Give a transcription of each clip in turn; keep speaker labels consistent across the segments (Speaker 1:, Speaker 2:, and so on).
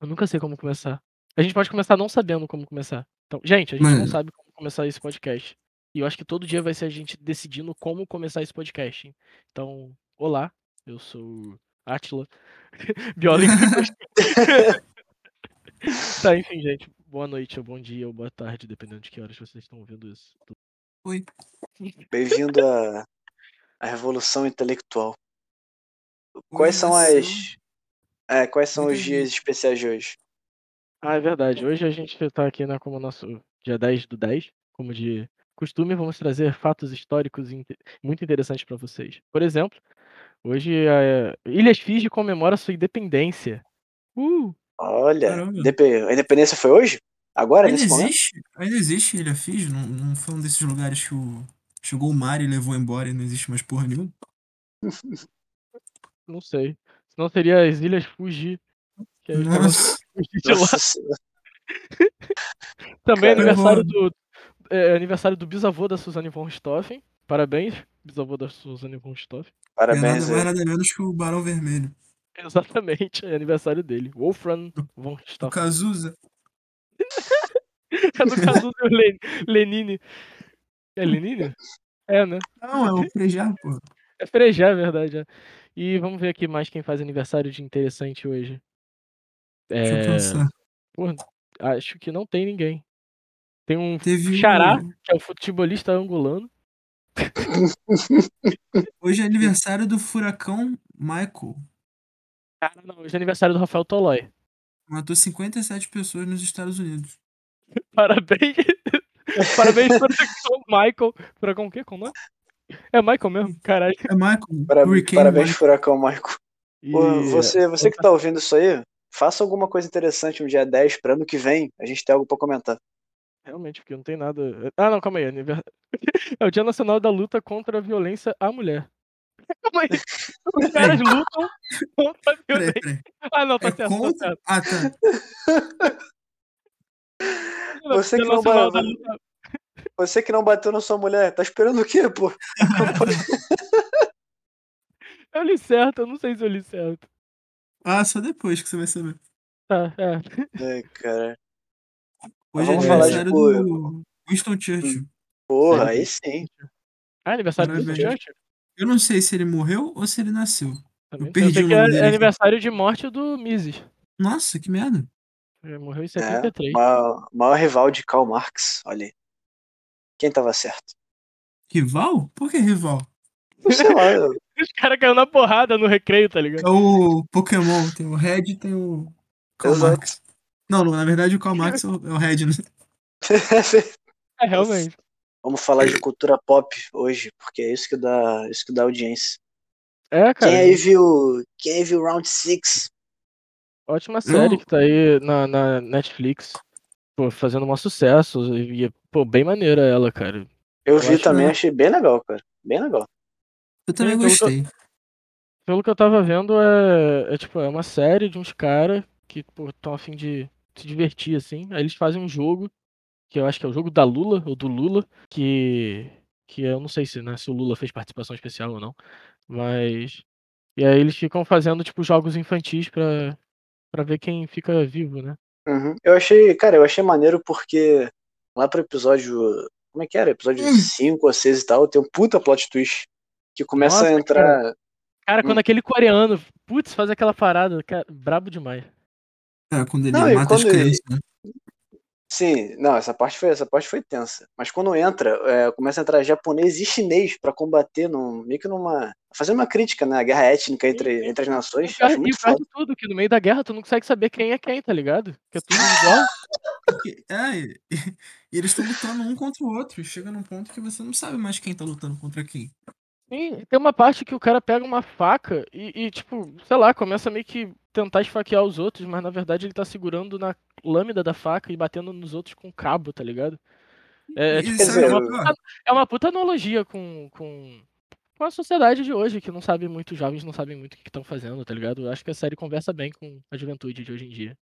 Speaker 1: Eu nunca sei como começar. A gente pode começar não sabendo como começar. Então, gente, a gente não
Speaker 2: Mano.
Speaker 1: sabe como começar esse podcast. E eu acho que todo dia vai ser a gente decidindo como começar esse podcast. Então, olá, eu sou Atila, biólogo. Tá, enfim, gente. Boa noite, ou bom dia, ou boa tarde, dependendo de que horas vocês estão ouvindo isso.
Speaker 2: Oi.
Speaker 3: Bem-vindo à, à Revolução Intelectual. Quais são
Speaker 2: Revolução.
Speaker 3: as. É, quais são os
Speaker 2: Entendi.
Speaker 3: dias especiais de hoje?
Speaker 1: Ah, é verdade. Hoje a gente tá aqui, né, como nosso dia 10 do 10, como de costume, vamos trazer fatos históricos inte- muito interessantes para vocês. Por exemplo, hoje a Ilhas Fiji comemora sua independência. Uh!
Speaker 3: Olha,
Speaker 2: Caramba.
Speaker 3: indep- a independência foi hoje? Agora,
Speaker 2: Ainda
Speaker 3: nesse momento?
Speaker 2: existe? Ainda existe Ilha Fiji? Não, não foi um desses lugares que o... chegou o mar e levou embora e não existe mais porra nenhuma?
Speaker 1: Não sei. Senão seria as Ilhas Fuji. que é
Speaker 2: Nossa.
Speaker 1: Fuji de lá.
Speaker 3: Nossa Senhora.
Speaker 1: Também é
Speaker 2: Cara,
Speaker 1: aniversário
Speaker 2: eu
Speaker 1: do, é aniversário do bisavô da Suzane von Stoffen. Parabéns, bisavô da Suzane von Stoffen.
Speaker 2: É nada
Speaker 3: Parabéns.
Speaker 2: mais nada menos que o Barão Vermelho.
Speaker 1: Exatamente, é aniversário dele. Wolfram von
Speaker 2: O
Speaker 1: Stoffen.
Speaker 2: Cazuza.
Speaker 1: É do caso do Len Lenine. É Lenine? É, né?
Speaker 2: Não, é o Frejá, pô.
Speaker 1: É frejar, é verdade. é. E vamos ver aqui mais quem faz aniversário de interessante hoje.
Speaker 2: Deixa eu
Speaker 1: É,
Speaker 2: pensar.
Speaker 1: pô, acho que não tem ninguém. Tem um
Speaker 2: Teve o-
Speaker 1: Xará? que é o futebolista angolano.
Speaker 2: Hoje é aniversário do furacão Michael.
Speaker 1: Cara, não, hoje é aniversário do Rafael Tolói.
Speaker 2: Matou 57 pessoas nos Estados Unidos.
Speaker 1: Parabéns. Parabéns para o Michael. Para com o quê? Com o nome? É Michael mesmo? Caralho.
Speaker 2: É Michael.
Speaker 3: Parabéns,
Speaker 2: Hurricane
Speaker 3: parabéns
Speaker 2: Michael.
Speaker 3: Furacão Marco.
Speaker 1: E-
Speaker 3: Pô, Você, você que tá ouvindo isso aí, faça alguma coisa interessante no dia 10 para ano que vem. A gente tem algo pra comentar.
Speaker 1: Realmente, porque não tem nada. Ah, não, calma aí. aniver- É o Dia Nacional da Luta contra a Violência à Mulher. Calma aí. Os caras lutam contra a
Speaker 2: Peraí,
Speaker 1: violência.
Speaker 2: peraí.
Speaker 1: Ah, não, tá
Speaker 2: É. É
Speaker 1: certo, tá
Speaker 2: contra?
Speaker 1: certo.
Speaker 2: Ah, tá.
Speaker 3: Você que
Speaker 1: Dia
Speaker 3: não
Speaker 1: Nacional da
Speaker 3: vai-
Speaker 1: Luta-
Speaker 3: Você que não bateu na sua mulher, tá esperando o quê, pô?
Speaker 1: Eu li certo, eu não sei se eu li certo.
Speaker 2: Ah, só depois que você vai saber.
Speaker 1: Tá, é.
Speaker 3: Ai, cara.
Speaker 2: Hoje é
Speaker 3: Vamos
Speaker 1: falar de
Speaker 2: aniversário
Speaker 3: boa.
Speaker 2: do Winston Churchill.
Speaker 3: Porra,
Speaker 1: Sério?
Speaker 3: aí sim.
Speaker 1: Ah, aniversário do
Speaker 2: Parabéns.
Speaker 1: Churchill?
Speaker 2: Eu não sei se ele morreu ou se ele nasceu.
Speaker 1: Também.
Speaker 2: perdi
Speaker 1: sei
Speaker 2: o
Speaker 1: que
Speaker 2: nome
Speaker 1: é
Speaker 2: dele aqui.
Speaker 1: aniversário de morte do Mises.
Speaker 2: Nossa, que merda.
Speaker 1: Ele morreu em
Speaker 3: É,
Speaker 1: 73.
Speaker 3: maior, maior rival de Karl Marx, olha aí. Quem tava certo?
Speaker 2: Rival? Por que rival?
Speaker 3: Não sei lá, eu-
Speaker 1: Os caras caíram na porrada no recreio, tá ligado?
Speaker 2: É o Pokémon, tem o Red tem o Karl
Speaker 3: Exato.
Speaker 2: Marx. Não, não, na verdade o Karl Marx é o é o Red, né?
Speaker 1: É, realmente.
Speaker 3: Vamos falar de cultura pop hoje, porque é isso que dá, isso que dá audiência.
Speaker 1: É, cara.
Speaker 3: Quem aí viu, quem aí viu Round 6?
Speaker 1: Ótima série
Speaker 2: Eu-
Speaker 1: que tá aí na, na Netflix. Pô, fazendo um sucesso. E, e, pô, bem maneira ela, cara.
Speaker 3: Eu
Speaker 1: Eu
Speaker 3: vi
Speaker 1: acho
Speaker 3: também,
Speaker 2: que-
Speaker 3: achei bem legal, cara. Bem legal.
Speaker 2: Eu também
Speaker 1: Sim,
Speaker 3: Então,
Speaker 1: pelo que eu-
Speaker 2: gostei.
Speaker 1: Pelo que eu tava vendo, é, é tipo, é uma série de uns caras que, pô, tão a fim de se divertir, assim. Aí eles fazem um jogo, que eu acho que é o jogo da Lula, ou do Lula, que. Que eu não sei se, né, se o Lula fez participação especial ou não. Mas. E aí eles ficam fazendo, tipo, jogos infantis pra, pra ver quem fica vivo, né?
Speaker 3: Uhum. Eu achei, cara, eu achei maneiro porque lá pro episódio, como é que era? Episódio
Speaker 2: Hum.
Speaker 3: 5 ou 6 e tal, tem um puta plot twist que começa a
Speaker 1: Nossa,
Speaker 3: entrar,
Speaker 1: Cara,
Speaker 3: Hum.
Speaker 1: quando aquele coreano, putz, faz aquela parada, cara, brabo demais.
Speaker 2: É, quando ele
Speaker 3: Não, e
Speaker 2: mata as
Speaker 3: quando ele-
Speaker 2: crianças, né?
Speaker 3: Sim, não, essa parte foi, essa parte foi tensa. Mas quando entra, é, começa a entrar japonês e chinês pra combater num, meio que numa, fazer uma crítica na guerra étnica entre, entre as
Speaker 1: E
Speaker 3: nações.
Speaker 1: o pior,
Speaker 3: Acho
Speaker 1: e o
Speaker 3: muito
Speaker 1: pior
Speaker 3: foda.
Speaker 1: de tudo, que no meio da guerra tu não consegue saber quem é quem, tá ligado? Porque é tudo igual.
Speaker 2: Porque- É, e, e eles estão lutando um contra o outro. E chega num ponto que você não sabe mais quem tá lutando contra quem.
Speaker 1: Sim, tem uma parte que o cara pega uma faca e, e, tipo, sei lá, começa meio que tentar esfaquear os outros, mas na verdade ele tá segurando na lâmina da faca e batendo nos outros com cabo, tá ligado? É,
Speaker 2: E- e
Speaker 1: tipo,
Speaker 3: sabe
Speaker 1: é uma,
Speaker 3: o-
Speaker 1: puta, é uma puta analogia com, com, com a sociedade de hoje, que não sabe muito, os jovens não sabem muito o que estão fazendo, tá ligado? Eu acho que a série conversa bem com a juventude de hoje em dia.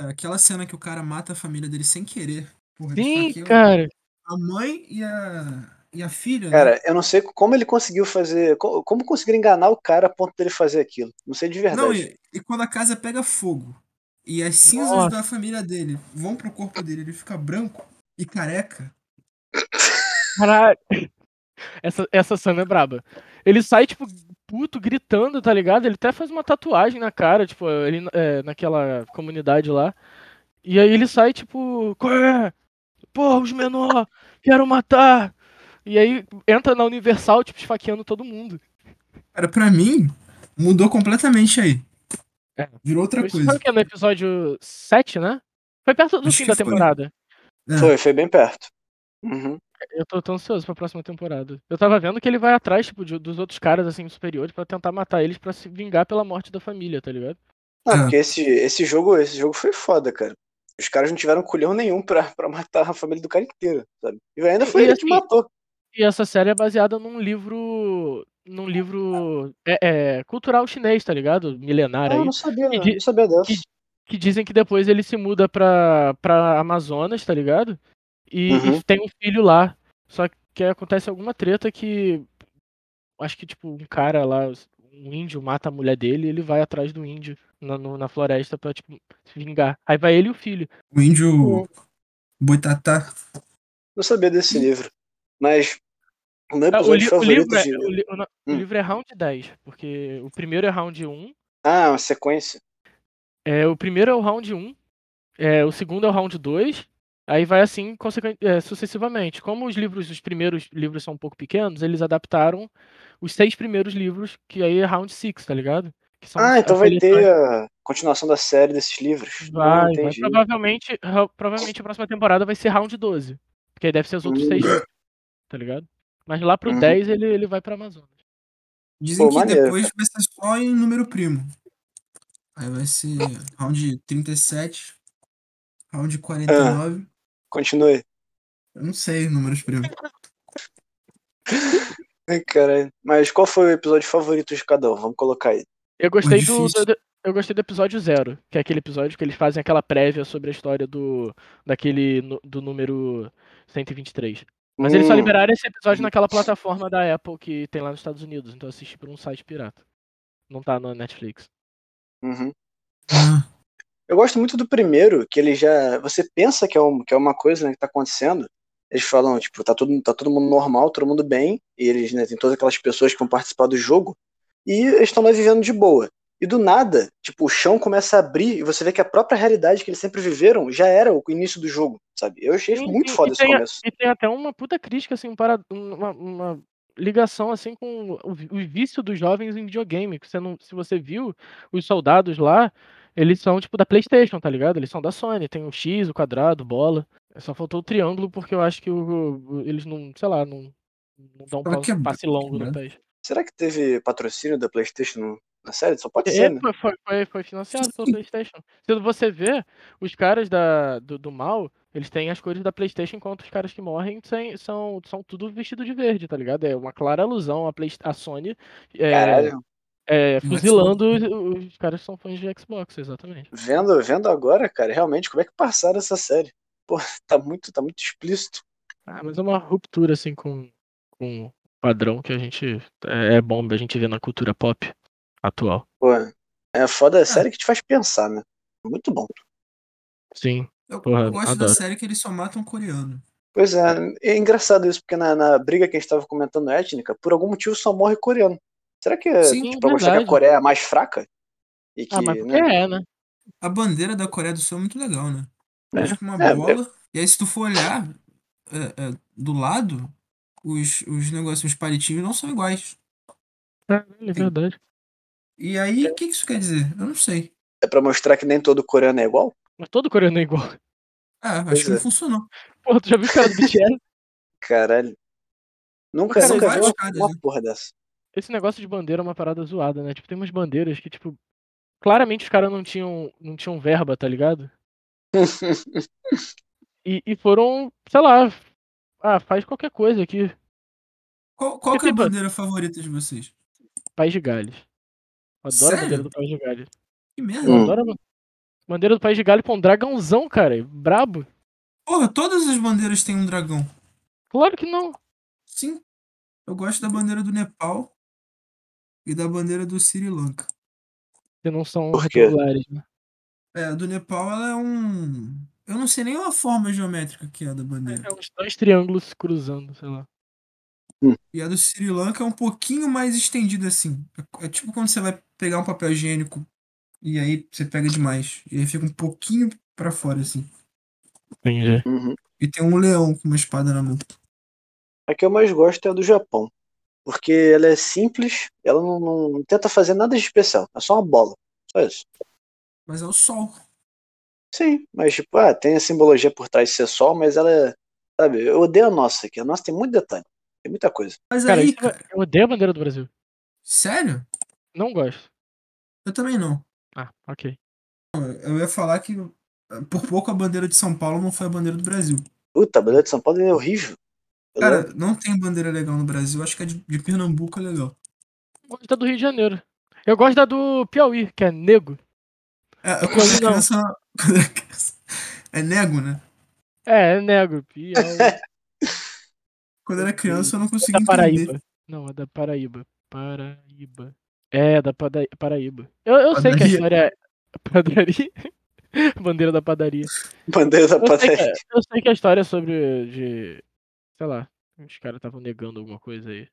Speaker 2: É, Aquela cena que o cara mata a família dele sem querer. Porra, ele
Speaker 1: Sim,
Speaker 2: esfaqueia
Speaker 1: cara.
Speaker 2: a mãe e a, e a filha, né?
Speaker 3: Cara, eu não sei como ele conseguiu fazer, co- como
Speaker 1: É,
Speaker 3: conseguir enganar o cara a ponto dele fazer aquilo. Não sei de
Speaker 2: Não,
Speaker 3: verdade.
Speaker 2: e, e quando a casa pega fogo, E as cinzas
Speaker 1: Nossa.
Speaker 2: da família dele vão pro corpo dele, ele fica branco e careca.
Speaker 1: Caralho. Essa, essa cena é braba. Ele sai, tipo, puto, gritando, tá ligado? Ele até faz uma tatuagem na cara, tipo, ele é, naquela comunidade lá. E aí ele sai, tipo, "Qual é? Porra, os menor, quero matar. E aí entra na Universal, tipo, esfaqueando todo mundo.
Speaker 2: Cara, pra mim, mudou completamente aí.
Speaker 1: É.
Speaker 2: Virou outra
Speaker 1: Foi-
Speaker 2: coisa.
Speaker 1: Sabe que é no episódio 7, né? Foi perto do
Speaker 2: Acho
Speaker 1: fim
Speaker 2: que
Speaker 1: da
Speaker 2: foi.
Speaker 1: temporada.
Speaker 2: É.
Speaker 3: Foi, foi bem perto. Uhum.
Speaker 1: Eu tô tão ansioso pra próxima temporada. Eu tava vendo que ele vai atrás, tipo, de- dos outros caras, assim, superiores, pra tentar matar eles pra se vingar pela morte da família, tá ligado?
Speaker 3: Não,
Speaker 2: É.
Speaker 3: porque esse, esse jogo, esse jogo foi foda, cara. Os caras não tiveram culhão nenhum pra, pra matar a família do cara inteiro, sabe? E ainda foi
Speaker 1: E
Speaker 3: ele
Speaker 1: assim,
Speaker 3: que matou.
Speaker 1: E essa série é baseada num livro. num livro. É, é, cultural chinês, tá ligado? Milenar
Speaker 3: Ah, eu
Speaker 1: aí.
Speaker 3: não sabia,
Speaker 1: e
Speaker 3: não,
Speaker 1: de-
Speaker 3: não sabia dessa.
Speaker 1: e- Que dizem que depois ele se muda pra, pra Amazonas, tá ligado? E, e
Speaker 3: Uhum.
Speaker 1: tem um filho lá. Só que acontece alguma treta que. Acho que, tipo, um cara lá, um índio, mata a mulher dele e ele vai atrás do índio na, no- na floresta pra, tipo, se vingar. Aí vai ele e o filho.
Speaker 2: O índio Boitatá.
Speaker 3: Não sabia desse livro. Mas o meu
Speaker 1: Ah, o,
Speaker 3: episódio
Speaker 1: li- o
Speaker 3: favorito
Speaker 1: livro é,
Speaker 3: de.
Speaker 1: o li- o na- o
Speaker 3: Hum.
Speaker 1: livro é round 10, porque o primeiro é round 1,
Speaker 3: Ah, uma sequência.
Speaker 1: é, o primeiro é o round 1, é, o segundo é o round 2, aí vai assim consequen- é, sucessivamente. Como os livros, os primeiros livros são um pouco pequenos, eles adaptaram os seis primeiros livros, que aí é round 6, tá ligado? Que são
Speaker 3: Ah,
Speaker 1: as
Speaker 3: então vai
Speaker 1: folhetões.
Speaker 3: ter a continuação da série desses livros. Ah,
Speaker 1: Vai, vai.
Speaker 3: entendi.
Speaker 1: Provavelmente, ra- provavelmente a próxima temporada vai ser round 12. Porque aí deve ser os outros
Speaker 3: Hum.
Speaker 1: seis, tá ligado? Mas lá pro
Speaker 3: Uhum.
Speaker 1: 10 ele, ele vai pra Amazonas.
Speaker 2: Dizem
Speaker 3: Pô,
Speaker 2: que
Speaker 3: maneiro,
Speaker 2: depois vai ser só em número primo. Aí vai ser round 37, round 49.
Speaker 3: Continue.
Speaker 1: Ah.
Speaker 2: Eu não sei números primos.
Speaker 3: Ai, caralho. Mas qual foi o episódio favorito de cada um? Vamos colocar aí.
Speaker 1: Eu gostei
Speaker 2: Mas
Speaker 1: do,
Speaker 2: difícil.
Speaker 1: do- eu gostei do episódio zero, que é aquele episódio que eles fazem aquela prévia sobre a história do daquele nu- do número 123. Mas eles só
Speaker 3: Hum,
Speaker 1: liberaram esse episódio naquela plataforma da Apple que tem lá nos Estados Unidos, então eu assisti por um site pirata. Não tá na Netflix.
Speaker 3: uhum.
Speaker 2: Ah,
Speaker 3: Eu gosto muito do primeiro, que ele já. Você pensa que é, um, que é uma coisa né, que tá acontecendo. Eles falam, tipo, tá, tudo, tá todo mundo normal, todo mundo bem. E eles, né, tem todas aquelas pessoas que vão participar do jogo. E eles estão lá vivendo de boa. E do nada, tipo, o chão começa a abrir e você vê que a própria realidade que eles sempre viveram já era o início do jogo, sabe? Eu achei
Speaker 1: Sim, é
Speaker 3: muito
Speaker 1: e-
Speaker 3: foda
Speaker 1: e
Speaker 3: esse
Speaker 1: tem a-
Speaker 3: começo.
Speaker 1: E tem até uma puta crítica assim para uma, uma ligação assim com o, vi- o vício dos jovens em videogame, que você não, se você viu os soldados lá, eles são tipo da PlayStation, tá ligado? Eles são da Sony, tem o X, o quadrado, bola. É Só faltou o triângulo porque eu acho que o- o- eles não, sei lá, não, não dão um
Speaker 2: Ela
Speaker 1: pa-
Speaker 2: quebra-
Speaker 1: passe longo no
Speaker 2: quebrada.
Speaker 1: pés.
Speaker 3: Será que teve patrocínio da PlayStation na série? Só pode
Speaker 1: É,
Speaker 3: ser, né?
Speaker 1: foi, foi- foi- foi financiado pela PlayStation. Se você vê, os caras da, do, do mal, eles têm as cores da PlayStation, enquanto os caras que morrem sem- são, são tudo vestido de verde, tá ligado? É uma clara alusão à, Play, à Sony é,
Speaker 3: Caralho,
Speaker 1: é,
Speaker 2: No
Speaker 1: fuzilando os, os caras que são fãs de Xbox, exatamente.
Speaker 3: vendo, vendo agora, cara, realmente, como é que passaram essa série? Pô, tá muito, tá muito explícito.
Speaker 1: Ah, mas é uma ruptura, assim, com, com o padrão que a gente. É, é bom a gente ver na cultura pop atual.
Speaker 3: Pô, é foda
Speaker 1: Ah.
Speaker 3: a série que te faz pensar, né? Muito bom.
Speaker 1: Sim.
Speaker 2: Eu,
Speaker 1: Porra,
Speaker 2: eu gosto
Speaker 1: adoro.
Speaker 2: da série que eles só matam coreano.
Speaker 3: Pois é, é engraçado isso, porque na, na briga que a gente tava comentando étnica, por algum motivo só morre coreano. Será que é
Speaker 2: Sim,
Speaker 3: tipo, pra mostrar que a
Speaker 1: verdade.
Speaker 3: Coreia é a mais fraca? E que,
Speaker 1: Ah, mas porque
Speaker 3: né?
Speaker 1: é, né?
Speaker 2: A bandeira da Coreia do Sul é muito legal, né?
Speaker 3: É.
Speaker 2: É tipo uma
Speaker 3: É,
Speaker 2: bola. E aí, se tu for olhar é, é, do lado, os, os negócios, os palitinhos não são iguais.
Speaker 1: Caralho, é verdade.
Speaker 2: E aí, o que que isso quer dizer? Eu não sei.
Speaker 3: É pra mostrar que nem todo coreano é igual?
Speaker 1: Mas todo coreano é igual.
Speaker 2: Ah, acho
Speaker 3: Pois
Speaker 2: que não
Speaker 3: é.
Speaker 2: funcionou.
Speaker 1: Porra, tu já viu os caras do BTS?
Speaker 3: Caralho. Nunca,
Speaker 1: Cara,
Speaker 3: nunca vi
Speaker 2: vários
Speaker 3: uma,
Speaker 2: caras,
Speaker 3: uma
Speaker 2: né?
Speaker 3: porra dessa.
Speaker 1: Esse negócio de bandeira é uma parada zoada, né? Tipo, tem umas bandeiras que, tipo, claramente os caras não tinham, não tinham verba, tá ligado? E, e foram, sei lá, ah, faz qualquer coisa aqui.
Speaker 2: Qual, qual
Speaker 1: E,
Speaker 2: que é a
Speaker 1: tipo,
Speaker 2: bandeira favorita de vocês?
Speaker 1: País de Gales. Eu Adoro a bandeira
Speaker 2: Sério?
Speaker 1: do País de Gales.
Speaker 2: Que merda.
Speaker 1: Eu
Speaker 3: Hum.
Speaker 1: adoro a bandeira do País de Gales, pô, um dragãozão, cara. Brabo.
Speaker 2: Porra, todas as bandeiras têm um dragão.
Speaker 1: Claro que não.
Speaker 2: Sim. Eu gosto da bandeira do Nepal e da bandeira do Sri Lanka.
Speaker 1: Se não são
Speaker 3: Por quê?
Speaker 1: regulares, né?
Speaker 2: É, a do Nepal, ela é um. Eu não sei nem a forma geométrica que é a da bandeira.
Speaker 1: É uns dois triângulos cruzando, sei lá.
Speaker 2: E a do Sri Lanka é um pouquinho mais estendida assim. É, é tipo quando você vai pegar um papel higiênico e aí você pega demais. E aí fica um pouquinho pra fora, assim.
Speaker 1: Entendi.
Speaker 3: Uhum.
Speaker 2: E tem um leão com uma espada na mão.
Speaker 3: A que eu mais gosto é a do Japão. Porque ela é simples, ela não, não tenta fazer nada de especial. É só uma bola. Só isso.
Speaker 2: Mas é o sol.
Speaker 3: Sim, mas tipo, ah, tem a simbologia por trás de ser sol, mas ela é. Sabe, eu odeio a nossa aqui. A nossa tem muito detalhe. Tem muita coisa.
Speaker 2: Mas
Speaker 1: Cara,
Speaker 2: aí,
Speaker 1: isso- é
Speaker 2: cara,
Speaker 1: eu odeio a bandeira do Brasil.
Speaker 2: sério?
Speaker 1: Não gosto.
Speaker 2: Eu também não.
Speaker 1: Ah, ok.
Speaker 2: Eu ia falar que eh, por pouco a bandeira de São Paulo não foi a bandeira do Brasil.
Speaker 3: Puta, a bandeira de São Paulo é horrível. Eu
Speaker 1: Tá
Speaker 3: lembro.
Speaker 2: Cara, não tem bandeira legal no Brasil. Acho que a de, de Pernambuco é legal.
Speaker 1: Eu gosto da do Rio de Janeiro. Eu gosto da do Piauí, que é nego.
Speaker 2: É, eu quando era
Speaker 1: Não.
Speaker 2: criança. quando era criança- É nego, né?
Speaker 1: É, é nego. Piauí.
Speaker 2: Quando eu era criança eu não
Speaker 1: É
Speaker 2: conseguia
Speaker 1: da
Speaker 2: entender.
Speaker 1: Paraíba. Não, é da Paraíba. Paraíba. É, da Pada- Paraíba. Eu, eu sei que a
Speaker 2: Padaria.
Speaker 1: história é. Padaria? Bandeira da padaria.
Speaker 3: Bandeira da
Speaker 1: Eu sei, que,
Speaker 3: padaria.
Speaker 1: eu sei que a história é sobre. De, sei lá, os caras estavam negando alguma coisa aí.